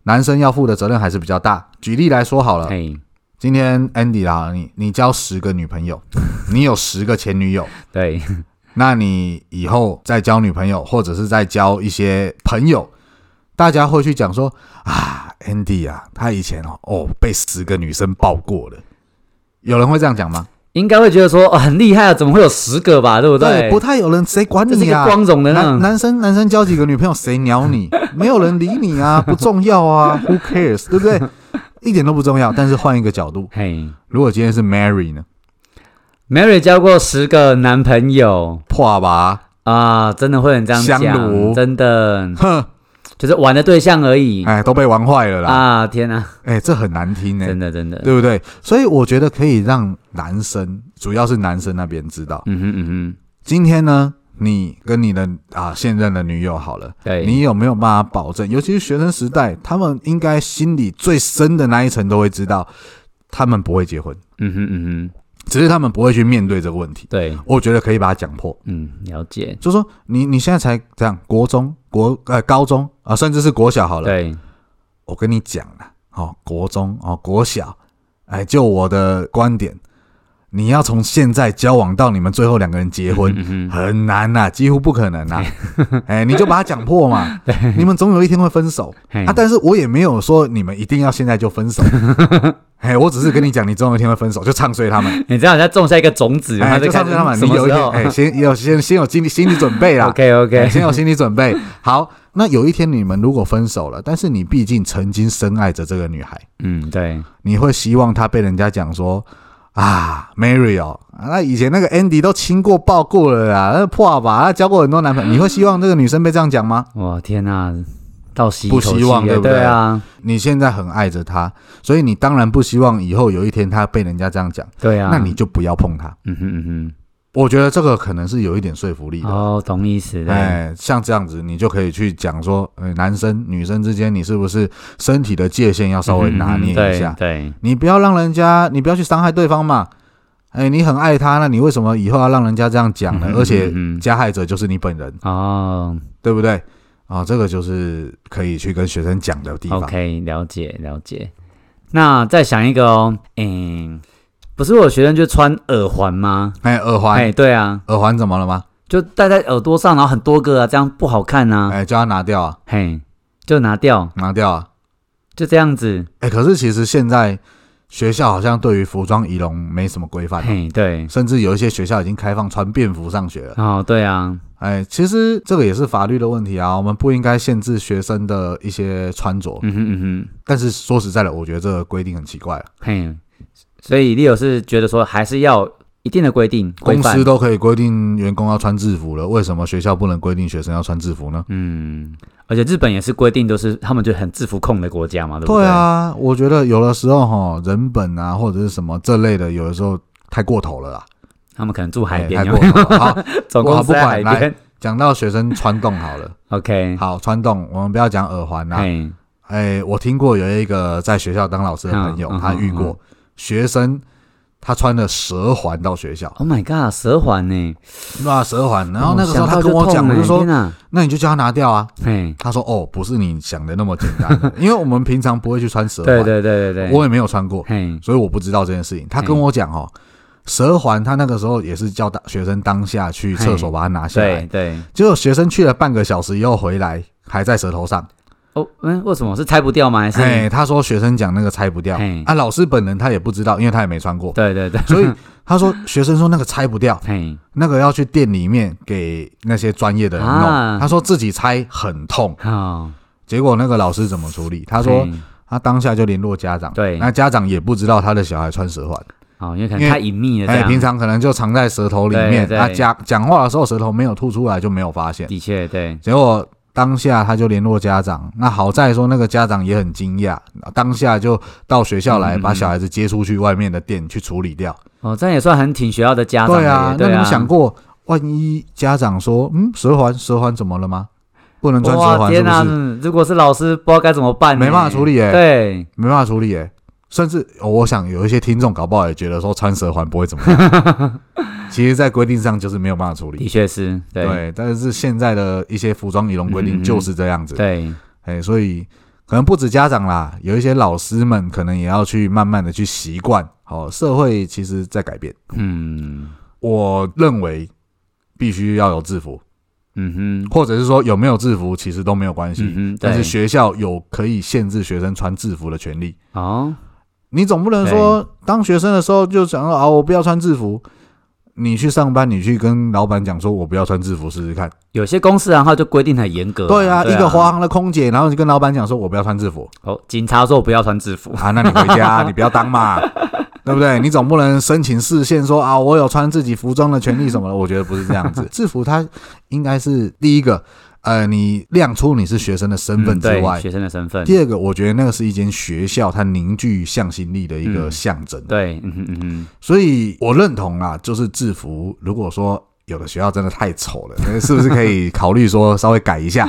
Speaker 1: 男生要负的责任还是比较大。举例来说好了，
Speaker 2: 嘿，
Speaker 1: 今天 Andy 啦，你你交十个女朋
Speaker 2: (laughs)
Speaker 1: 友，你有十个前女友，
Speaker 2: 对，
Speaker 1: 那你以后再交女朋友，或者是再交一些朋友，大家会去讲说啊，Andy 啊，他以前哦哦被十个女生抱过了，有人会这样讲吗？
Speaker 2: 应该会觉得说哦很厉害啊，怎么会有十个吧，对不对？
Speaker 1: 不太有人，谁管
Speaker 2: 这是一
Speaker 1: 你
Speaker 2: 个
Speaker 1: 啊？
Speaker 2: 光荣的那
Speaker 1: 男
Speaker 2: 种，
Speaker 1: 男生男生交几个女朋友，谁鸟你？ (laughs) 没有人理你啊， (laughs) 不重要啊，Who cares？对不 (laughs) 对？一点都不重要。但是换一个角度，
Speaker 2: 嘿
Speaker 1: 如果今天是 Mary 呢？
Speaker 2: ，Mary 交过十个男朋友
Speaker 1: 破吧，
Speaker 2: 啊，真的会很这样
Speaker 1: 香炉
Speaker 2: 讲，真的
Speaker 1: 哼，
Speaker 2: 就是玩的对象而已
Speaker 1: 哎，都被玩坏了啦，
Speaker 2: 啊，天啊，
Speaker 1: 哎，这很难听呢、
Speaker 2: 真的真的，
Speaker 1: 对不对？所以我觉得可以让男生，主要是男生那边知道，
Speaker 2: 嗯哼嗯哼，
Speaker 1: 今天呢，你跟你的啊现任的女友好了。
Speaker 2: 对，
Speaker 1: 你有没有办法保证？尤其是学生时代，他们应该心里最深的那一层都会知道，他们不会结婚，
Speaker 2: 嗯哼嗯哼，
Speaker 1: 只是他们不会去面对这个问题。
Speaker 2: 对，
Speaker 1: 我觉得可以把它讲破，
Speaker 2: 嗯，了解，
Speaker 1: 就说你你现在才这样，国中、国呃高中啊、甚至是国小好了，
Speaker 2: 对，
Speaker 1: 我跟你讲啦，哦，国中哦，国小，哎，就我的观点，你要从现在交往到你们最后两个人结婚，
Speaker 2: 嗯哼，
Speaker 1: 很难呐、几乎不可能呐、 (laughs) 哎，你就把它讲破
Speaker 2: (laughs)
Speaker 1: 嘛，你们总有一天会分手
Speaker 2: 嘿
Speaker 1: 啊。但是我也没有说你们一定要现在就
Speaker 2: (laughs)
Speaker 1: 分手，哎，我只是跟你讲，你总有一天会分手，就唱衰他
Speaker 2: (laughs)
Speaker 1: 们，
Speaker 2: 你这样好像种下一个种子，然
Speaker 1: 哎，
Speaker 2: 后
Speaker 1: 就
Speaker 2: 开
Speaker 1: 唱衰他们，
Speaker 2: 始
Speaker 1: 你有一
Speaker 2: 什
Speaker 1: 天，
Speaker 2: 么时
Speaker 1: 哎，先有先先有心理心理准备啦
Speaker 2: 候。，OK (laughs)
Speaker 1: 哎
Speaker 2: OK，
Speaker 1: 先有心理准备。好，那有一天你们如果分手了，但是你毕竟曾经深爱着这个女孩，
Speaker 2: 嗯，对，
Speaker 1: 你会希望她被人家讲说啊，Mary 哦，啊那以前那个 Andy 都亲过抱过了啦，那破吧，她交过很多男朋
Speaker 2: 嗯
Speaker 1: 友，你会希望这个女生被这样讲吗？
Speaker 2: 哇，天啊，倒吸一
Speaker 1: 不
Speaker 2: 口
Speaker 1: 希
Speaker 2: 气
Speaker 1: 望
Speaker 2: 耶
Speaker 1: 对不对
Speaker 2: 对啊，
Speaker 1: 你现在很爱着她，所以你当然不希望以后有一天她被人家这样讲，
Speaker 2: 对啊，
Speaker 1: 那你就不要碰她。
Speaker 2: 嗯哼嗯
Speaker 1: 我觉得这个可能是有一点说服力
Speaker 2: 哼，
Speaker 1: 的。
Speaker 2: 哦，懂意思的，
Speaker 1: 哎，像这样子，你就可以去讲说，呃，男生女生之间，你是不是身体的界限要稍微拿捏一下？
Speaker 2: 嗯对
Speaker 1: 你不要让人家，你不要去伤害对方嘛。哎，你很爱他，那你为什么以后要让人家这样讲呢？
Speaker 2: 嗯嗯嗯
Speaker 1: 而且
Speaker 2: 嗯
Speaker 1: 加害者就是你本人，
Speaker 2: 对，哦
Speaker 1: 对不对？啊、这个就是可以去跟学生讲的地方。
Speaker 2: ，OK，了解了解。那再想一个哦，嗯，不是我有学生就穿耳环吗？
Speaker 1: 哎，耳环，
Speaker 2: 哎，对啊，
Speaker 1: 耳环怎么了吗？
Speaker 2: 就戴在耳朵上，然后很多个啊，这样不好看啊，
Speaker 1: 哎，叫他拿掉啊，
Speaker 2: 嘿，就拿掉，
Speaker 1: 拿掉啊。
Speaker 2: 就这样子，
Speaker 1: 哎，可是其实现在学校好像对于服装仪容没什么规范，
Speaker 2: 嘿，对，
Speaker 1: 甚至有一些学校已经开放穿便服上学了。
Speaker 2: 哦，对啊，
Speaker 1: 哎，其实这个也是法律的问题啊，我们不应该限制学生的一些穿着。
Speaker 2: 嗯哼嗯
Speaker 1: 但是说实在的，我觉得这个规定很奇怪、啊，
Speaker 2: 哼，嘿，所以 Leo 是觉得说还是要有一定的规定，规
Speaker 1: 公
Speaker 2: 范
Speaker 1: 司都可以规定员工要穿制服了，为什么学校不能规定学生要穿制服呢？
Speaker 2: 嗯，而且日本也是规定，都是他们就很制服控的国家嘛，对不对？
Speaker 1: 对，啊，我觉得有的时候哈，人本啊或者是什么这类的，有的时候太过头了啦，
Speaker 2: 他们可能住海边，
Speaker 1: 哎太
Speaker 2: 有没
Speaker 1: 过
Speaker 2: 有
Speaker 1: 头了。好，
Speaker 2: 总
Speaker 1: 我
Speaker 2: 公
Speaker 1: 不
Speaker 2: 司在
Speaker 1: 管
Speaker 2: 海边。
Speaker 1: 讲到学生穿洞好
Speaker 2: (laughs)
Speaker 1: 了，
Speaker 2: OK，
Speaker 1: 好穿洞，我们不要讲耳环啦、
Speaker 2: 嗯嘿，
Speaker 1: 哎，我听过有一个在学校当老师的朋友，
Speaker 2: 嗯嗯
Speaker 1: 他遇
Speaker 2: 嗯
Speaker 1: 过学生，他穿了蛇环到学校，
Speaker 2: Oh my god，蛇环呢？
Speaker 1: 那蛇环，然后
Speaker 2: 哦
Speaker 1: 那个时候
Speaker 2: 想
Speaker 1: 他
Speaker 2: 到
Speaker 1: 跟
Speaker 2: 就
Speaker 1: 我讲，
Speaker 2: 痛
Speaker 1: 我就
Speaker 2: 欸
Speaker 1: 说
Speaker 2: 天，哪
Speaker 1: 那你就叫他拿掉啊。
Speaker 2: 嘿，
Speaker 1: 他说，哦，不是你想的那么简单的，因为我们平常不会去穿蛇环，
Speaker 2: 对对对对对，
Speaker 1: 我也没有穿过，
Speaker 2: 嘿，
Speaker 1: 所以我不知道这件事情。他跟我讲哦，蛇环他那个时候也是叫大学生当下去厕所把它拿下
Speaker 2: 对
Speaker 1: 来，
Speaker 2: 对，
Speaker 1: 结果学生去了半个小时以后回来还在舌头上。
Speaker 2: 哦，嗯，为什么是拆不掉吗？还是
Speaker 1: 哎，他说学生讲那个拆不掉
Speaker 2: 嘿，
Speaker 1: 啊，老师本人他也不知道，因为他也没穿过，
Speaker 2: 对对对，
Speaker 1: 所以他说学生说那个拆不掉，
Speaker 2: 嘿，
Speaker 1: 那个要去店里面给那些专业的人弄。
Speaker 2: 啊
Speaker 1: 他说自己拆很痛，
Speaker 2: 好，
Speaker 1: 结果那个老师怎么处理？他说
Speaker 2: 哦嘿
Speaker 1: 他当下就联络家长，
Speaker 2: 对
Speaker 1: 那家长也不知道他的小孩穿舌环，
Speaker 2: 好，哦因为可
Speaker 1: 因
Speaker 2: 能
Speaker 1: 为
Speaker 2: 太隐秘了，这
Speaker 1: 哎，
Speaker 2: 样
Speaker 1: 平常可能就藏在舌头里面，
Speaker 2: 对对
Speaker 1: 他讲讲话的时候舌头没有吐出来就没有发现，
Speaker 2: 的确对，
Speaker 1: 结果。当下他就联络家长，那好在说那个家长也很惊讶，当下就到学校来
Speaker 2: 嗯嗯
Speaker 1: 把小孩子接出去外面的店去处理掉。
Speaker 2: 哦，这样也算很挺学校的家长的
Speaker 1: 对
Speaker 2: 耶，
Speaker 1: 啊，那
Speaker 2: 对
Speaker 1: 你
Speaker 2: 啊，
Speaker 1: 们想过，万一家长说，嗯，蛇环蛇环怎么了吗？不能穿蛇
Speaker 2: 哇，
Speaker 1: 环是
Speaker 2: 天
Speaker 1: 不是？
Speaker 2: 嗯如果是老师，不知道该怎么办呢，
Speaker 1: 没办法处理耶
Speaker 2: 对，
Speaker 1: 没办法处理耶、甚至、哦我想有一些听众搞不好也觉得说穿蛇环不会怎么样，
Speaker 2: (laughs)
Speaker 1: 其实，在规定上就是没有办法处
Speaker 2: 的
Speaker 1: 理。
Speaker 2: 确是，对
Speaker 1: 对，但是现在的一些服装仪容规
Speaker 2: 嗯嗯
Speaker 1: 定
Speaker 2: 嗯
Speaker 1: 就是这样子。
Speaker 2: 对，
Speaker 1: 哎，所以可能不止家长啦，有一些老师们可能也要去慢慢的去习惯。好，社会其实在改变，
Speaker 2: 嗯
Speaker 1: 我认为必须要有制服。
Speaker 2: 嗯哼，
Speaker 1: 或者是说有没有制服其实都没有关系，
Speaker 2: 嗯哼，
Speaker 1: 但
Speaker 2: 对
Speaker 1: 是学校有可以限制学生穿制服的权利。
Speaker 2: 哦，
Speaker 1: 你总不能说当学生的时候就想说啊，我不要穿制服。你去上班，你去跟老板讲说，我不要穿制服试试看。
Speaker 2: 有些公司然啊后就规定很严格，
Speaker 1: 对啊，一个华，航的空姐，然后你跟老板讲说，我不要穿制服
Speaker 2: 哦，警察说我不要穿制服，
Speaker 1: 啊，那你回家，你不要当
Speaker 2: (laughs)
Speaker 1: 嘛，对不对？你总不能申请视线说啊，我有穿自己服装的权利什么的。我觉得不是这样
Speaker 2: (laughs)
Speaker 1: 子，制服它应该是第一个，呃，你亮出你是学生的身份
Speaker 2: 嗯
Speaker 1: 之
Speaker 2: 对
Speaker 1: 外，
Speaker 2: 学生的身份，
Speaker 1: 第二个，我觉得那个是一间学校它凝聚向心力的一个
Speaker 2: 嗯
Speaker 1: 象征，
Speaker 2: 对，嗯哼嗯哼，
Speaker 1: 所以我认同啦，就是制服，如果说有的学校真的太丑了，那是不是可以考虑说稍微改一
Speaker 2: (laughs)
Speaker 1: 下？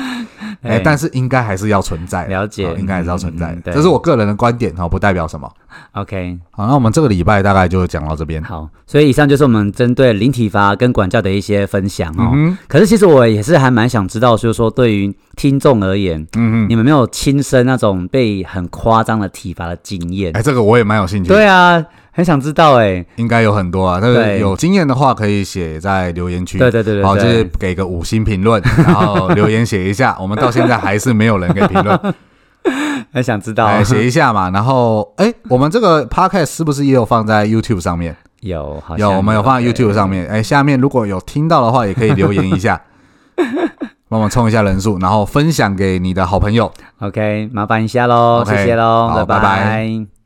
Speaker 1: 哎、
Speaker 2: 哎
Speaker 1: 但是应该还是要存在的，
Speaker 2: 了解
Speaker 1: 哦应该还是要存在
Speaker 2: 嗯嗯嗯
Speaker 1: 的，
Speaker 2: 对
Speaker 1: 这是我个人的观点哈、哦，不代表什么。
Speaker 2: OK，
Speaker 1: 好，那我们这个礼拜大概就讲到这边。
Speaker 2: 好，所以以上就是我们针对零体罚跟管教的一些分享哦。
Speaker 1: 嗯哼，
Speaker 2: 可是其实我也是还蛮想知道，就是说对于听众而言，
Speaker 1: 嗯
Speaker 2: 你们有没有亲身那种被很夸张的体罚的经验
Speaker 1: 哼，？哎，这个我也蛮有兴趣，
Speaker 2: 对啊，很想知道哎、
Speaker 1: 应该有很多啊。但是
Speaker 2: 对
Speaker 1: 有经验的话，可以写在留言区。
Speaker 2: 对对对对
Speaker 1: 好，就是
Speaker 2: 对，
Speaker 1: 给个五星评论，然后留言写一下。我们到现在还是没有人给评
Speaker 2: (laughs)
Speaker 1: 论，
Speaker 2: 很想知道。
Speaker 1: 来写一下嘛。然后，哎，我们这个 podcast 是不是也有放在 YouTube 上面？
Speaker 2: 有好像
Speaker 1: 有，我们有放在
Speaker 2: 对
Speaker 1: YouTube 上面。哎，下面如果有听到的话，也可以留言一
Speaker 2: (laughs)
Speaker 1: 下，帮我们冲一下人数，然后分享给你的好朋友。
Speaker 2: OK，麻烦一下喽
Speaker 1: OK，
Speaker 2: 谢谢喽，
Speaker 1: 好拜
Speaker 2: 拜
Speaker 1: 拜